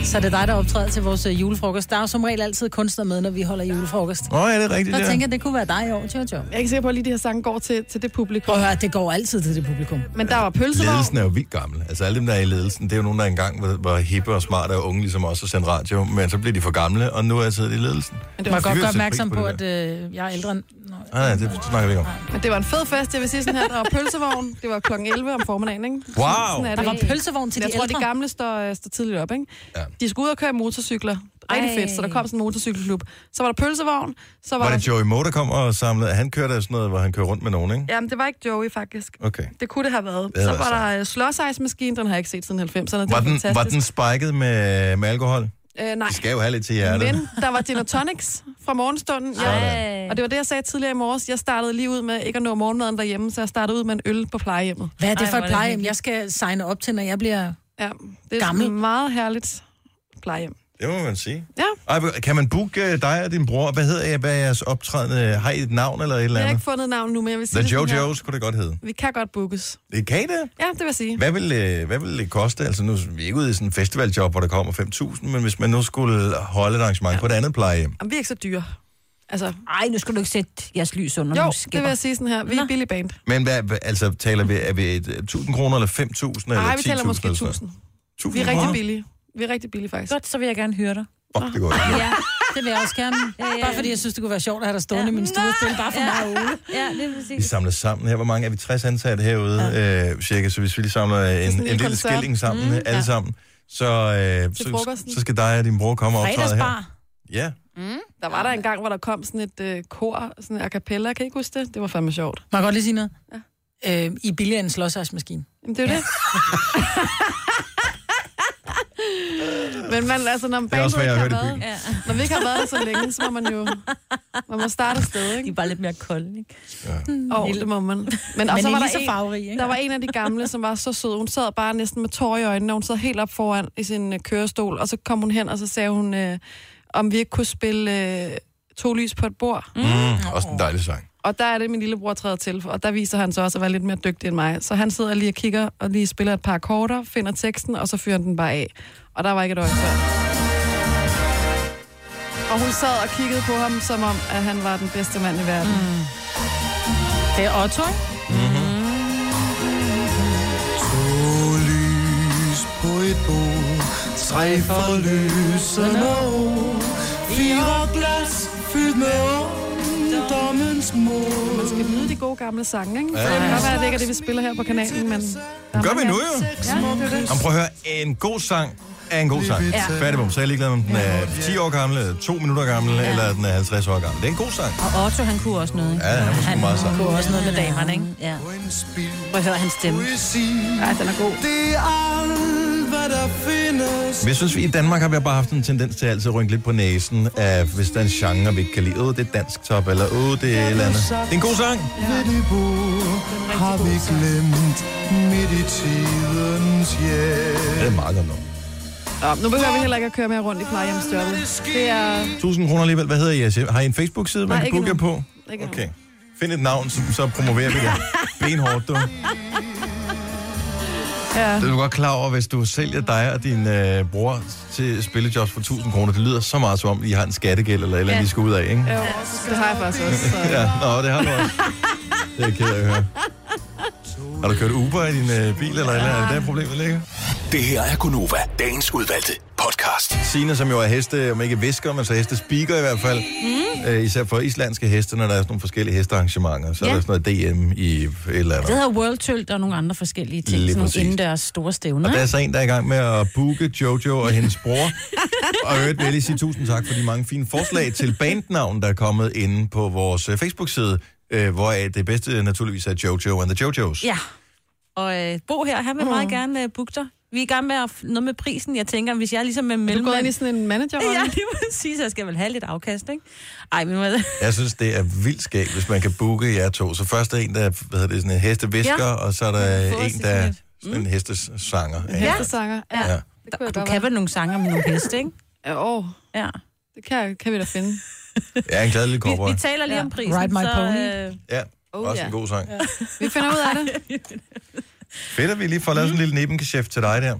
Speaker 3: Så det er dig, der optræder til vores øh, julefrokost. Der er jo som regel altid kunstner med, når vi holder julefrokost.
Speaker 1: Åh, oh, ja, det er rigtigt,
Speaker 3: Så
Speaker 1: ja.
Speaker 3: jeg tænker, det kunne være dig i år, Jojo.
Speaker 4: Jeg er ikke sikker på, at lige de her sange går til, til det publikum.
Speaker 3: Prøv at høre, det går altid til det publikum.
Speaker 4: Men der var pølsevogn.
Speaker 1: Ledelsen er jo vildt gammel. Altså alle dem, der er i ledelsen, det er jo nogen, der engang var, var hippe og smarte og unge, ligesom os, og sendte radio, men så blev de for gamle, og nu er jeg siddet i ledelsen.
Speaker 3: Men det var godt
Speaker 1: vil
Speaker 3: gøre
Speaker 1: sætte
Speaker 3: opmærksom
Speaker 1: pris
Speaker 3: på,
Speaker 1: på
Speaker 3: at
Speaker 1: det
Speaker 3: øh, jeg er ældre end... Nå,
Speaker 1: Nej, nej, Ah, det snakker vi ikke om.
Speaker 4: Men det var en fed fest, jeg vil sige sådan her. Der var pølsevogn. Det var kl. 11 om formiddagen, ikke?
Speaker 1: Wow.
Speaker 4: Sådan
Speaker 3: Der
Speaker 4: er det.
Speaker 3: var pølsevogn til
Speaker 4: jeg
Speaker 3: de
Speaker 4: tror,
Speaker 3: ældre.
Speaker 4: de gamle står, øh, står tidligt op, ikke?
Speaker 1: Ja.
Speaker 4: De skulle ud og køre i motorcykler. Rigtig
Speaker 2: Ej.
Speaker 4: fedt, så der kom sådan en motorcykelklub. Så var der pølsevogn, så var,
Speaker 1: Var
Speaker 4: der...
Speaker 1: det Joey Moe, der kom og samlede? Han kørte af sådan noget, hvor han kører rundt med nogen, ikke?
Speaker 4: Jamen, det var ikke Joey, faktisk.
Speaker 1: Okay.
Speaker 4: Det kunne det have været.
Speaker 1: havde
Speaker 4: så
Speaker 1: været
Speaker 4: var
Speaker 1: sejt.
Speaker 4: der øh, slåsejsmaskinen, den har jeg ikke set siden 90'erne. Det
Speaker 1: Var den, var den
Speaker 4: fantastisk.
Speaker 1: spiket med, med alkohol?
Speaker 4: Øh, nej,
Speaker 1: De skal jo have lidt til hjertet.
Speaker 4: men der var gin og tonics fra morgenstunden. Ja.
Speaker 2: Ej.
Speaker 4: Og det var det, jeg sagde tidligere i morges. Jeg startede lige ud med ikke at nå morgenmaden derhjemme, så jeg startede ud med en øl på plejehjemmet.
Speaker 3: Hvad er det
Speaker 2: Ej,
Speaker 3: for
Speaker 2: hvor er
Speaker 3: et
Speaker 2: det
Speaker 3: plejehjem,
Speaker 2: hyggeligt.
Speaker 3: jeg skal signe op til, når jeg bliver...
Speaker 4: Ja, det er
Speaker 3: Gammel.
Speaker 4: et meget herligt plejehjem.
Speaker 1: Det må man sige.
Speaker 4: Ja,
Speaker 1: Ej, hvor- kan man booke øh, dig og din bror? Hvad hedder jeg? Hvad er jeres optrædende? Har I et navn eller et eller
Speaker 4: jeg har ikke
Speaker 1: andet?
Speaker 4: fundet navn nu, men jeg vil sige
Speaker 1: The
Speaker 4: det sådan her.
Speaker 1: Jojo's kunne det godt hedde.
Speaker 4: Vi kan godt bookes.
Speaker 1: Det kan I det.
Speaker 4: Ja, det vil jeg sige.
Speaker 1: Hvad vil, øh, hvad vil det koste? Altså nu vi er ikke ude i sådan en festivaljob, hvor der kommer 5.000, men hvis man nu skulle holde et arrangement ja. på et andet plejehjem.
Speaker 4: Jamen, vi er ikke så dyre. Altså,
Speaker 2: Ej, nu skal du ikke sætte jeres lys under nogle
Speaker 4: jo, det vil
Speaker 2: skipper.
Speaker 4: jeg sige sådan her. Vi er
Speaker 2: Nå.
Speaker 4: billig band.
Speaker 1: Men hvad, hvad- altså taler vi, er vi et, øh, 1.000 kroner eller 5.000 eller altså. 10.000?
Speaker 4: Nej, vi tæller måske 1000. Vi er rigtig
Speaker 1: billige.
Speaker 4: billige. Vi er rigtig billige, faktisk.
Speaker 2: Godt, så vil jeg gerne høre dig.
Speaker 1: Fuck, det går ikke.
Speaker 2: Ja,
Speaker 3: Det vil jeg også gerne. Bare fordi jeg synes, det kunne være sjovt at have dig stående i min stue og spille bare for mig og Ole.
Speaker 2: ja det er
Speaker 1: Vi
Speaker 2: præcis.
Speaker 1: samler sammen her. Hvor mange er vi? 60 ansatte herude, ja. øh, cirka. Så hvis vi lige samler en, en
Speaker 4: lille
Speaker 1: lille
Speaker 4: koncert.
Speaker 1: skilling sammen, mm, alle
Speaker 4: ja.
Speaker 1: sammen, så, øh,
Speaker 4: Til
Speaker 1: så,
Speaker 4: frokosten.
Speaker 1: så skal dig og din bror komme og optræde
Speaker 3: Fredagsbar.
Speaker 1: her. Ja.
Speaker 4: Der var der en gang, hvor der kom sådan et øh, kor, sådan en a cappella, kan I ikke huske det? Det var fandme sjovt.
Speaker 3: Må jeg godt lige sige noget? Ja. Øh, I er billigere end en slåsejsmaskine.
Speaker 4: Jamen, det er jo det. Men man, altså, når
Speaker 1: er også,
Speaker 4: bandet
Speaker 1: hvad
Speaker 4: ikke
Speaker 1: jeg
Speaker 4: har
Speaker 1: har hørt i
Speaker 4: været, ja. når vi ikke har været der så længe, så må man jo man må starte et sted, ikke? De
Speaker 2: er bare lidt mere kolde, ikke?
Speaker 1: Ja.
Speaker 4: Og det må man. Men, og
Speaker 3: Men
Speaker 4: så
Speaker 3: ikke
Speaker 4: var der,
Speaker 3: lige så
Speaker 4: en,
Speaker 3: farverige, ikke?
Speaker 4: der var en af de gamle, som var så sød. Hun sad bare næsten med tårer i øjnene, og hun sad helt op foran i sin øh, kørestol, og så kom hun hen, og så sagde hun, øh, om vi ikke kunne spille øh, to lys på et bord.
Speaker 1: Mm, også en dejlig sang.
Speaker 4: Og der er det, min lillebror træder til, og der viser han så også at være lidt mere dygtig end mig. Så han sidder lige og kigger, og lige spiller et par akkorder, finder teksten, og så fyrer han den bare af. Og der var ikke et øje før. Og hun sad og kiggede på ham, som om, at han var den bedste mand i verden. Mm.
Speaker 3: Det er Otto, ikke?
Speaker 7: lys på et bord, tre for lysende år, fire glas fyldt med ungdommens mod.
Speaker 4: Man skal nyde de gode gamle sange, ikke?
Speaker 1: Ja.
Speaker 4: Ja. Så det kan godt være, at det ikke er det, vi spiller her på kanalen, men... der er
Speaker 1: Gør vi
Speaker 4: mange
Speaker 1: nu,
Speaker 4: af-
Speaker 1: jo.
Speaker 4: Ja, det er det.
Speaker 1: Jamen, prøv at høre, en god sang er en god sang.
Speaker 2: Ja.
Speaker 1: Færdig bum. Så er jeg ligeglad, om den er 10 år gammel, 2 minutter gammel, ja. eller den er 50 år gammel. Det er en god sang.
Speaker 2: Og Otto, han kunne også noget, ikke?
Speaker 1: Ja, han var sgu meget sang.
Speaker 2: kunne også noget med damerne, ikke? Ja. Prøv at høre hans stemme.
Speaker 8: er
Speaker 4: Ja, den er god.
Speaker 7: Det er alt, hvad der findes.
Speaker 1: Men jeg synes, vi i Danmark har vi bare haft en tendens til altid at rynke lidt på næsen, af, hvis der er en genre, vi ikke kan lide. Åh, det er dansk top, eller åh, det er et eller andet. Det er en god sang.
Speaker 7: Ved det bord har vi glemt midt i tidens
Speaker 1: Ja,
Speaker 7: hjem.
Speaker 1: det er meget godt nok.
Speaker 4: Nå, nu behøver vi heller ikke at køre mere rundt i plejehjemsdørene. Det er...
Speaker 1: 1000 kroner alligevel. Hvad hedder jeres hjem? Har I en Facebook-side, man
Speaker 4: Nej,
Speaker 1: kan
Speaker 4: ikke
Speaker 1: booke jer på?
Speaker 4: Ikke
Speaker 1: Okay. Find et navn, som så promoverer vi det. Benhårdt, du.
Speaker 4: Ja.
Speaker 1: Det er du godt klar over, hvis du sælger dig og din øh, bror til spillejobs for 1000 kroner. Det lyder så meget som om, I har en skattegæld eller et eller andet,
Speaker 4: Ja.
Speaker 1: I skal ud af, ikke?
Speaker 4: Jo, det har jeg faktisk også. Så.
Speaker 1: Ja, nå, det har du også. Det er jeg ked af at høre. Har du kørt Uber i din øh, bil, eller, eller er det der problemet ligger?
Speaker 6: Det her er Gunova, dagens udvalgte podcast.
Speaker 1: Sina, som jo er heste, om ikke visker, men så heste speaker i hvert fald. Mm. Øh, især for islandske heste, når der er sådan nogle forskellige hestearrangementer. Så ja. er
Speaker 2: Ja.
Speaker 1: der sådan noget DM i et eller andet.
Speaker 2: Det hedder World Tølt og nogle andre forskellige ting.
Speaker 1: Lige
Speaker 2: Sådan nogle
Speaker 1: præcis.
Speaker 2: indendørs store stævner.
Speaker 1: Og der er
Speaker 2: ikke?
Speaker 1: så en, der er i gang med at booke Jojo og hendes bror. og i øvrigt vil jeg lige sige tusind tak for de mange fine forslag til bandnavn, der er kommet inde på vores øh, Facebook-side, øh, hvor det bedste naturligvis er Jojo and the Jojos.
Speaker 2: Ja. Og øh, Bo her, han vil meget gerne øh, booke dig. Vi er i gang med at f- noget med prisen. Jeg tænker, hvis jeg er ligesom med
Speaker 4: Du går ind
Speaker 2: mellemmand...
Speaker 4: i sådan en manager
Speaker 2: Ja, lige præcis. Jeg skal vel have lidt afkast, ikke? Ej, men hvad...
Speaker 1: Jeg synes, det er vildt skægt, hvis man kan booke jer to. Så først er en, der hvad hedder det, sådan en hestevisker, ja.
Speaker 2: Ja.
Speaker 1: og så er der
Speaker 2: Få os
Speaker 1: en,
Speaker 2: til
Speaker 1: der
Speaker 2: sådan
Speaker 1: er
Speaker 2: lidt.
Speaker 1: sådan en hestesanger.
Speaker 4: Ja.
Speaker 1: Ja.
Speaker 4: Hestesanger. Ja.
Speaker 1: Ja.
Speaker 4: Det kunne jeg
Speaker 2: Du
Speaker 4: godt
Speaker 2: kan
Speaker 4: være.
Speaker 2: vel nogle sange om nogle heste, ikke?
Speaker 4: Ja, åh,
Speaker 2: Ja.
Speaker 4: det kan, kan vi da finde.
Speaker 1: Jeg er en glad lille
Speaker 2: Vi,
Speaker 1: cowboy.
Speaker 2: vi taler lige
Speaker 4: Ja.
Speaker 2: om prisen,
Speaker 3: Ride my
Speaker 2: så...
Speaker 3: pony.
Speaker 2: Øh,
Speaker 1: Ja,
Speaker 4: Oh,
Speaker 1: også en god sang. Ja.
Speaker 4: Vi finder ud af det.
Speaker 1: Fedt, at vi lige får lavet sådan en lille nebengeschæft til dig der.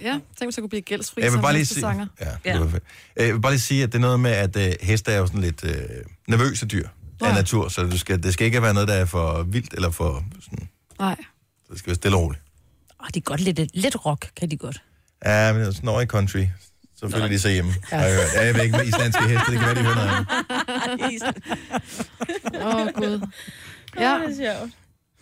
Speaker 4: Ja, tænk, hvis jeg kunne blive gældsfri
Speaker 1: Jeg vil
Speaker 4: som
Speaker 1: bare lige sige,
Speaker 4: hestesanger.
Speaker 1: ja,
Speaker 2: Ja.
Speaker 1: det var fedt. Øh, Jeg vil bare lige sige, at det er noget med, at øh, heste er jo sådan lidt øh, nervøse dyr af
Speaker 4: Ja.
Speaker 1: natur, så du skal, det skal ikke være noget, der er for vildt eller for sådan,
Speaker 4: Nej.
Speaker 1: så det skal være stille og roligt.
Speaker 2: åh, de er godt lidt, øh, lidt rock, kan de godt.
Speaker 1: Ja, men sådan over i country, så føler de sig hjemme. Ja. Jeg, hørt. ja, jeg ved ikke med islandske heste, det kan være, de hører noget andet.
Speaker 4: Åh, oh, Gud. Ja,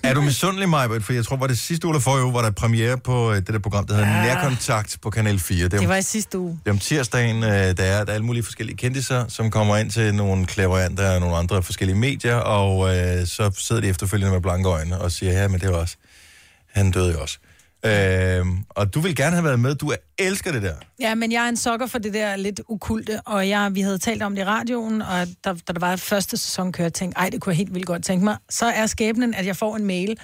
Speaker 1: Er du misundelig, Majbert? For jeg tror, var det sidste uge eller forrige uge, var der premiere på øh, det der program, der hedder ja. Nærkontakt på Kanal 4. Det er om,
Speaker 3: Det
Speaker 1: det
Speaker 3: var i sidste uge.
Speaker 1: er om tirsdagen, øh, der er, der er alle mulige forskellige kendtiser, som kommer ind til nogle klaverant og nogle andre forskellige medier, og øh, så sidder de efterfølgende med blanke øjne og siger, ja, men det var også... Han døde jo også. Øh, og du vil gerne have været med. Du elsker det der.
Speaker 3: Ja, men jeg er en sokker for det der lidt okulte, og jeg, vi havde talt om det i radioen, og da, da der var første sæson kørte, tænkte ej, det kunne jeg helt vildt godt tænke mig. Så er skæbnen, at jeg får en mail,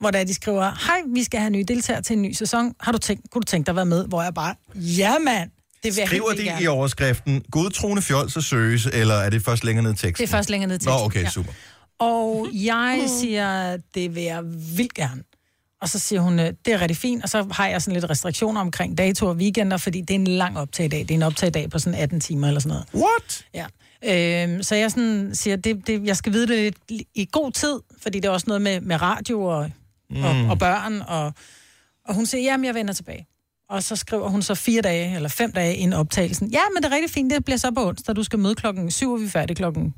Speaker 3: hvor der de skriver, hej, vi skal have nye deltagere til en ny sæson. Har du tænkt, kunne du tænke dig at være med? Hvor jeg bare, ja mand, det vil jeg helt
Speaker 1: Skriver
Speaker 3: vildt
Speaker 1: de
Speaker 3: gerne."
Speaker 1: i overskriften, godtroende fjol, så søges, eller er det først længere ned i teksten?
Speaker 3: Det er først længere ned til.
Speaker 1: Nå, okay, super.
Speaker 3: Og jeg siger, det vil jeg vildt gerne. Og så siger hun, øh, det er rigtig fint, og så har jeg sådan lidt restriktioner omkring datoer og weekender, fordi det er en lang optag i dag. Det er en optag i dag på sådan 18 timer eller sådan noget.
Speaker 1: What?
Speaker 3: Ja. Øhm, så jeg sådan siger, det, det, jeg skal vide det lidt i god tid, fordi det er også noget med, med radio og, mm. og, og børn. Og, og hun siger, jamen jeg vender tilbage. Og så skriver hun så fire dage eller fem dage inden optagelsen. Ja, men det er rigtig fint, det bliver så på onsdag. Du skal møde klokken syv, og vi er færdige klokken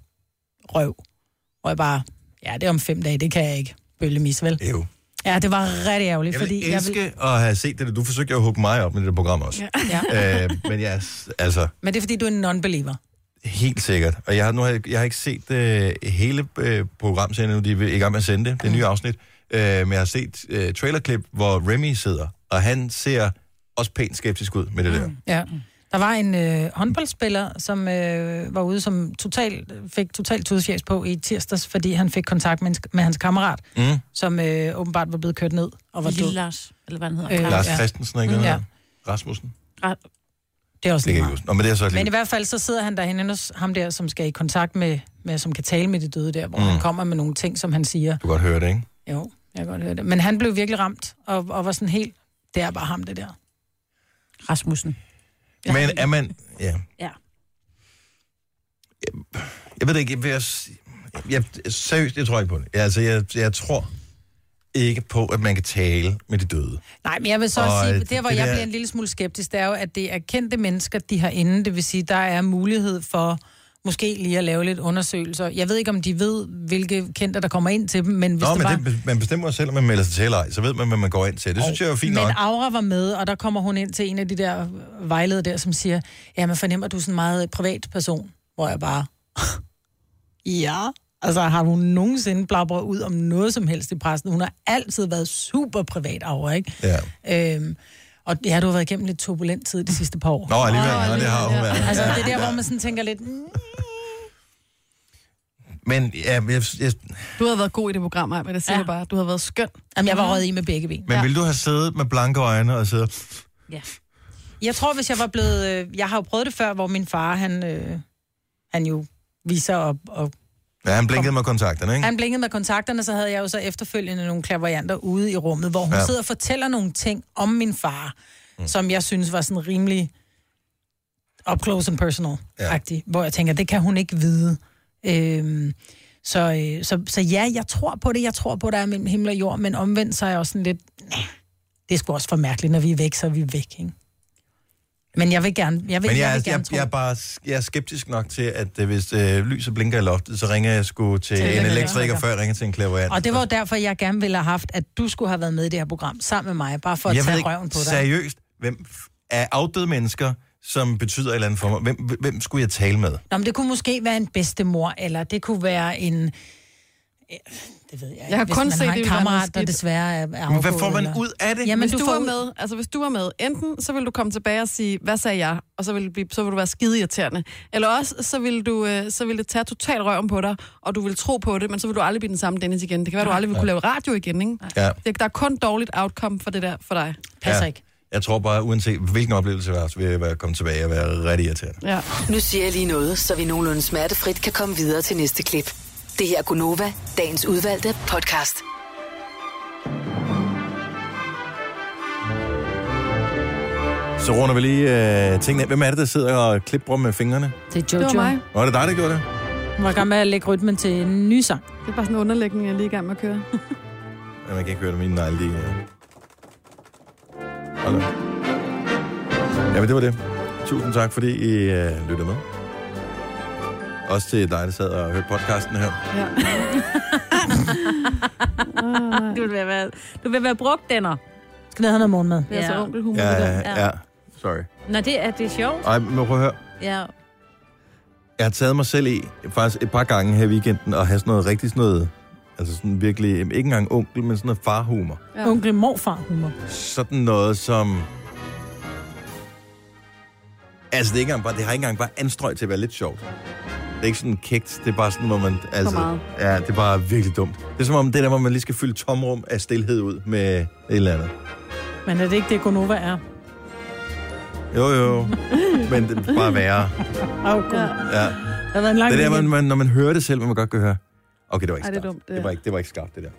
Speaker 3: røv. Og jeg bare, ja, det er om fem dage, det kan jeg ikke. Bølle mis, vel?
Speaker 1: Jo.
Speaker 3: Ja, det var rigtig ærgerligt,
Speaker 1: Jeg
Speaker 3: fordi
Speaker 1: vil elske
Speaker 3: jeg vil...
Speaker 1: jeg vil... at have set det. der. Du forsøgte jo at hugge mig op med det der program også.
Speaker 3: Ja.
Speaker 1: Ja. Øh, men jeg er s- altså
Speaker 3: Men det er, fordi du er en non-believer.
Speaker 1: helt sikkert. Og jeg har, nu har jeg, jeg har ikke set øh, hele øh, programserien nu. De er i gang med at sende det, det
Speaker 3: Mm.
Speaker 1: nye afsnit. Øh, men jeg har set øh, trailerklip, hvor Remy sidder, og han ser også pænt skeptisk ud med det der.
Speaker 3: Mm. Ja. Der var en øh, håndboldspiller, som øh, var ude, som total, fik totalt tudfjæs på i tirsdags, fordi han fik kontakt med, en, sk- med hans kammerat,
Speaker 1: Mm.
Speaker 3: som øh, åbenbart var blevet kørt ned og var død.
Speaker 2: Lille Lars, eller hvad han hedder.
Speaker 1: Øh, Lars Christensen, ikke?
Speaker 3: Mm,
Speaker 1: Mm,
Speaker 3: ja.
Speaker 1: Rasmussen.
Speaker 3: Det er også
Speaker 1: Det kan
Speaker 3: lige
Speaker 1: jeg ikke
Speaker 3: meget.
Speaker 1: huske. Nå, men det er så
Speaker 3: Men i
Speaker 1: lige...
Speaker 3: hvert fald så sidder han derhen hos ham der, som skal i kontakt med, med som kan tale med de døde der, hvor
Speaker 1: Mm.
Speaker 3: mm. han kommer med nogle ting, som han siger.
Speaker 1: Du kan godt høre det, ikke?
Speaker 3: Jo, jeg kan godt høre det. Men han blev virkelig ramt, og, og var sådan helt, det er bare ham det der.
Speaker 2: Rasmussen.
Speaker 1: Men er man... Ja.
Speaker 2: Ja.
Speaker 1: Jeg ved det ikke, jeg, vil, også- jeg, seriøst, jeg tror ikke på det. Jeg, altså, jeg, jeg tror ikke på, at man kan tale med de døde.
Speaker 3: Nej, men jeg vil så
Speaker 1: Og,
Speaker 3: også sige,
Speaker 1: øh,
Speaker 3: der hvor
Speaker 1: det
Speaker 3: det jeg
Speaker 1: der-
Speaker 3: bliver en lille smule skeptisk, det er jo, at det er kendte mennesker, de har inde. Det vil sige, der er mulighed for måske lige at lave lidt undersøgelser. Jeg ved ikke, om de ved, hvilke kendte, der kommer ind til dem, men hvis
Speaker 1: Nå,
Speaker 3: det
Speaker 1: men
Speaker 3: bare...
Speaker 1: det, man bestemmer selv, om man melder sig til eller ej. Så ved man, hvad man går ind til. Det synes jeg er fint
Speaker 3: Men
Speaker 1: nok.
Speaker 3: Aura var med, og der kommer hun ind til en af de der vejledere der, som siger, ja, man fornemmer, at du er sådan en meget privat person, hvor jeg bare, ja, altså har hun nogensinde blabret ud om noget som helst i pressen? Hun har altid været super privat, Aura, ikke?
Speaker 1: Ja.
Speaker 3: Øhm, og ja, du har været igennem lidt turbulent tid de sidste par år.
Speaker 1: Nå, alligevel. Nå, det har hun været.
Speaker 3: Altså,
Speaker 1: Ja.
Speaker 3: det er der, hvor man sådan tænker lidt, mm,
Speaker 1: Men ja, jeg, jeg,
Speaker 4: Du har været god i det program, Maja, men jeg siger ja. bare, du har været skøn.
Speaker 3: jamen, jeg var røget i med begge ben.
Speaker 1: men ville du have siddet med blanke øjne og siddet...
Speaker 3: Jeg tror, hvis jeg var blevet... Øh, jeg har jo prøvet det før, hvor min far, han, øh, han jo viser op, og
Speaker 1: Ja, han blinkede med kontakterne, ikke?
Speaker 3: Han blinkede med kontakterne, så havde jeg jo så efterfølgende nogle klaverianter ude i rummet, hvor hun
Speaker 1: Ja.
Speaker 3: ja. sidder og fortæller nogle ting om min far, mm. som jeg synes var sådan rimelig up close and personal ja. hvor jeg tænker, det kan hun ikke vide. Øhm, så, øh, så, så ja, jeg tror på det. Jeg tror på, der er mellem himmel og jord, men omvendt så er jeg også sådan lidt, "Næh, det er sgu også for mærkeligt, når vi er væk, så er vi væk, ikke? Men jeg vil gerne, jeg vil,
Speaker 1: Men
Speaker 3: jeg,
Speaker 1: jeg,
Speaker 3: vil
Speaker 1: er,
Speaker 3: gerne
Speaker 1: jeg,
Speaker 3: tro.
Speaker 1: jeg, er bare jeg er skeptisk nok til, at øh, hvis øh, lyset blinker i loftet, så ringer jeg sgu til,
Speaker 3: Til
Speaker 1: en
Speaker 3: elektriker.
Speaker 1: elektriker, før jeg ringer til en klaverant.
Speaker 3: Og det var jo derfor, jeg gerne ville have haft, at du skulle have været med i det her program sammen med mig, bare for at
Speaker 1: jeg
Speaker 3: tage
Speaker 1: ved ikke,
Speaker 3: røven på dig.
Speaker 1: seriøst, hvem f- er afdøde mennesker, som betyder et eller andet for mig? Hvem, hvem skulle jeg tale med?
Speaker 3: Nå, men det kunne måske være en bedstemor, eller det kunne være en... øh, Det ved jeg ikke.
Speaker 4: Jeg har
Speaker 3: Hvis
Speaker 4: kun
Speaker 3: man
Speaker 4: set
Speaker 3: har en
Speaker 4: det, der er noget
Speaker 3: kammerat, der
Speaker 4: skidt.
Speaker 3: desværre er, er
Speaker 1: Men hvad
Speaker 3: afgået,
Speaker 1: får man
Speaker 3: eller-
Speaker 1: ud af det?
Speaker 3: Jamen,
Speaker 4: Hvis
Speaker 3: du,
Speaker 4: du,
Speaker 3: får
Speaker 4: var
Speaker 3: ud-
Speaker 4: med, altså hvis du var med, enten så ville du komme tilbage og sige, hvad sagde jeg? Og så ville, det blive, så ville du være skide irriterende. Eller også, så ville, du, øh, så ville det tage total røven på dig, og du ville tro på det, men så ville du aldrig blive den samme Dennis igen. Det kan være, du aldrig vil kunne lave radio igen, ikke?
Speaker 1: Ja.
Speaker 4: Det, der er kun dårligt outcome for det der for dig.
Speaker 3: Passer
Speaker 1: Ja.
Speaker 3: ikke.
Speaker 1: Jeg tror bare, uanset hvilken oplevelse jeg har, så vil jeg være- komme tilbage og være rigtig irriterende.
Speaker 4: Ja.
Speaker 5: Nu siger jeg lige noget, så vi nogenlunde smertefrit kan komme videre til næste klip. Det her er Gunova, dagens udvalgte podcast.
Speaker 1: Så runder vi lige øh, tingene. Hvem er det, der sidder og klipper med fingrene?
Speaker 3: Det er
Speaker 4: Det
Speaker 3: Jojo.
Speaker 4: var mig.
Speaker 1: Nå, er det dig, der gjorde det?
Speaker 3: Hun var i gang med at lægge rytmen til en ny sang.
Speaker 4: Det er bare sådan en underlægning, jeg er lige i gang med at køre.
Speaker 1: Jamen, jeg kan ikke høre det, mine negle lige... Øh. Hold da. Jamen, det var det. Tusind tak, fordi I øh, lyttede med. Også til dig, der sad og hørte podcasten her.
Speaker 4: Ja.
Speaker 2: Du vil være, du vil være brugt, Denner.
Speaker 3: Skal vi have noget morgenmad?
Speaker 4: Det er
Speaker 2: Ja.
Speaker 4: så onkelhumor.
Speaker 1: Ja,
Speaker 4: det der.
Speaker 1: ja, ja. Sorry.
Speaker 2: Nå, det er, det er sjovt.
Speaker 1: Ej, men prøv at høre.
Speaker 2: Ja.
Speaker 1: Jeg har taget mig selv i, faktisk et par gange her i weekenden, at have sådan noget rigtig sådan noget, altså sådan virkelig, ikke engang onkel, men sådan noget farhumor.
Speaker 4: Ja.
Speaker 3: Onkel morfar humor.
Speaker 1: sådan noget som... Altså, det, er ikke engang bare, det har ikke engang bare anstrøg til at være lidt sjovt. Det er ikke sådan kægt, det er bare sådan, hvor man... Altså,
Speaker 4: meget.
Speaker 1: Ja, det er bare virkelig dumt. Det er som om det der, hvor man lige skal fylde tomrum af stilhed ud med et eller andet.
Speaker 3: Men er det ikke det, Gonova er?
Speaker 1: Jo, jo, men det er bare værre.
Speaker 3: Åh, oh, ja.
Speaker 1: Ja.
Speaker 3: Det har været en lang
Speaker 1: Det der, man,
Speaker 3: weekend.
Speaker 1: man, når man hører det selv, hvor man godt kan høre. Okay, det var ikke
Speaker 4: Ej, det er
Speaker 1: skarpt.
Speaker 4: dumt, det
Speaker 1: det,
Speaker 4: der.
Speaker 1: var ikke, det var ikke skarpt, det der.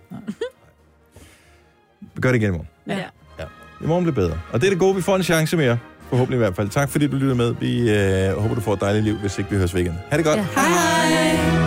Speaker 1: Vi gør det igen i morgen.
Speaker 2: Ja.
Speaker 1: ja. I morgen bliver bedre. Og det er det gode, vi får en chance mere. Forhåbentlig i hvert fald. Tak fordi du lyttede med. Vi øh, håber, du får et dejligt liv, hvis ikke vi høres ved igen. Ha' det godt.
Speaker 2: Hej.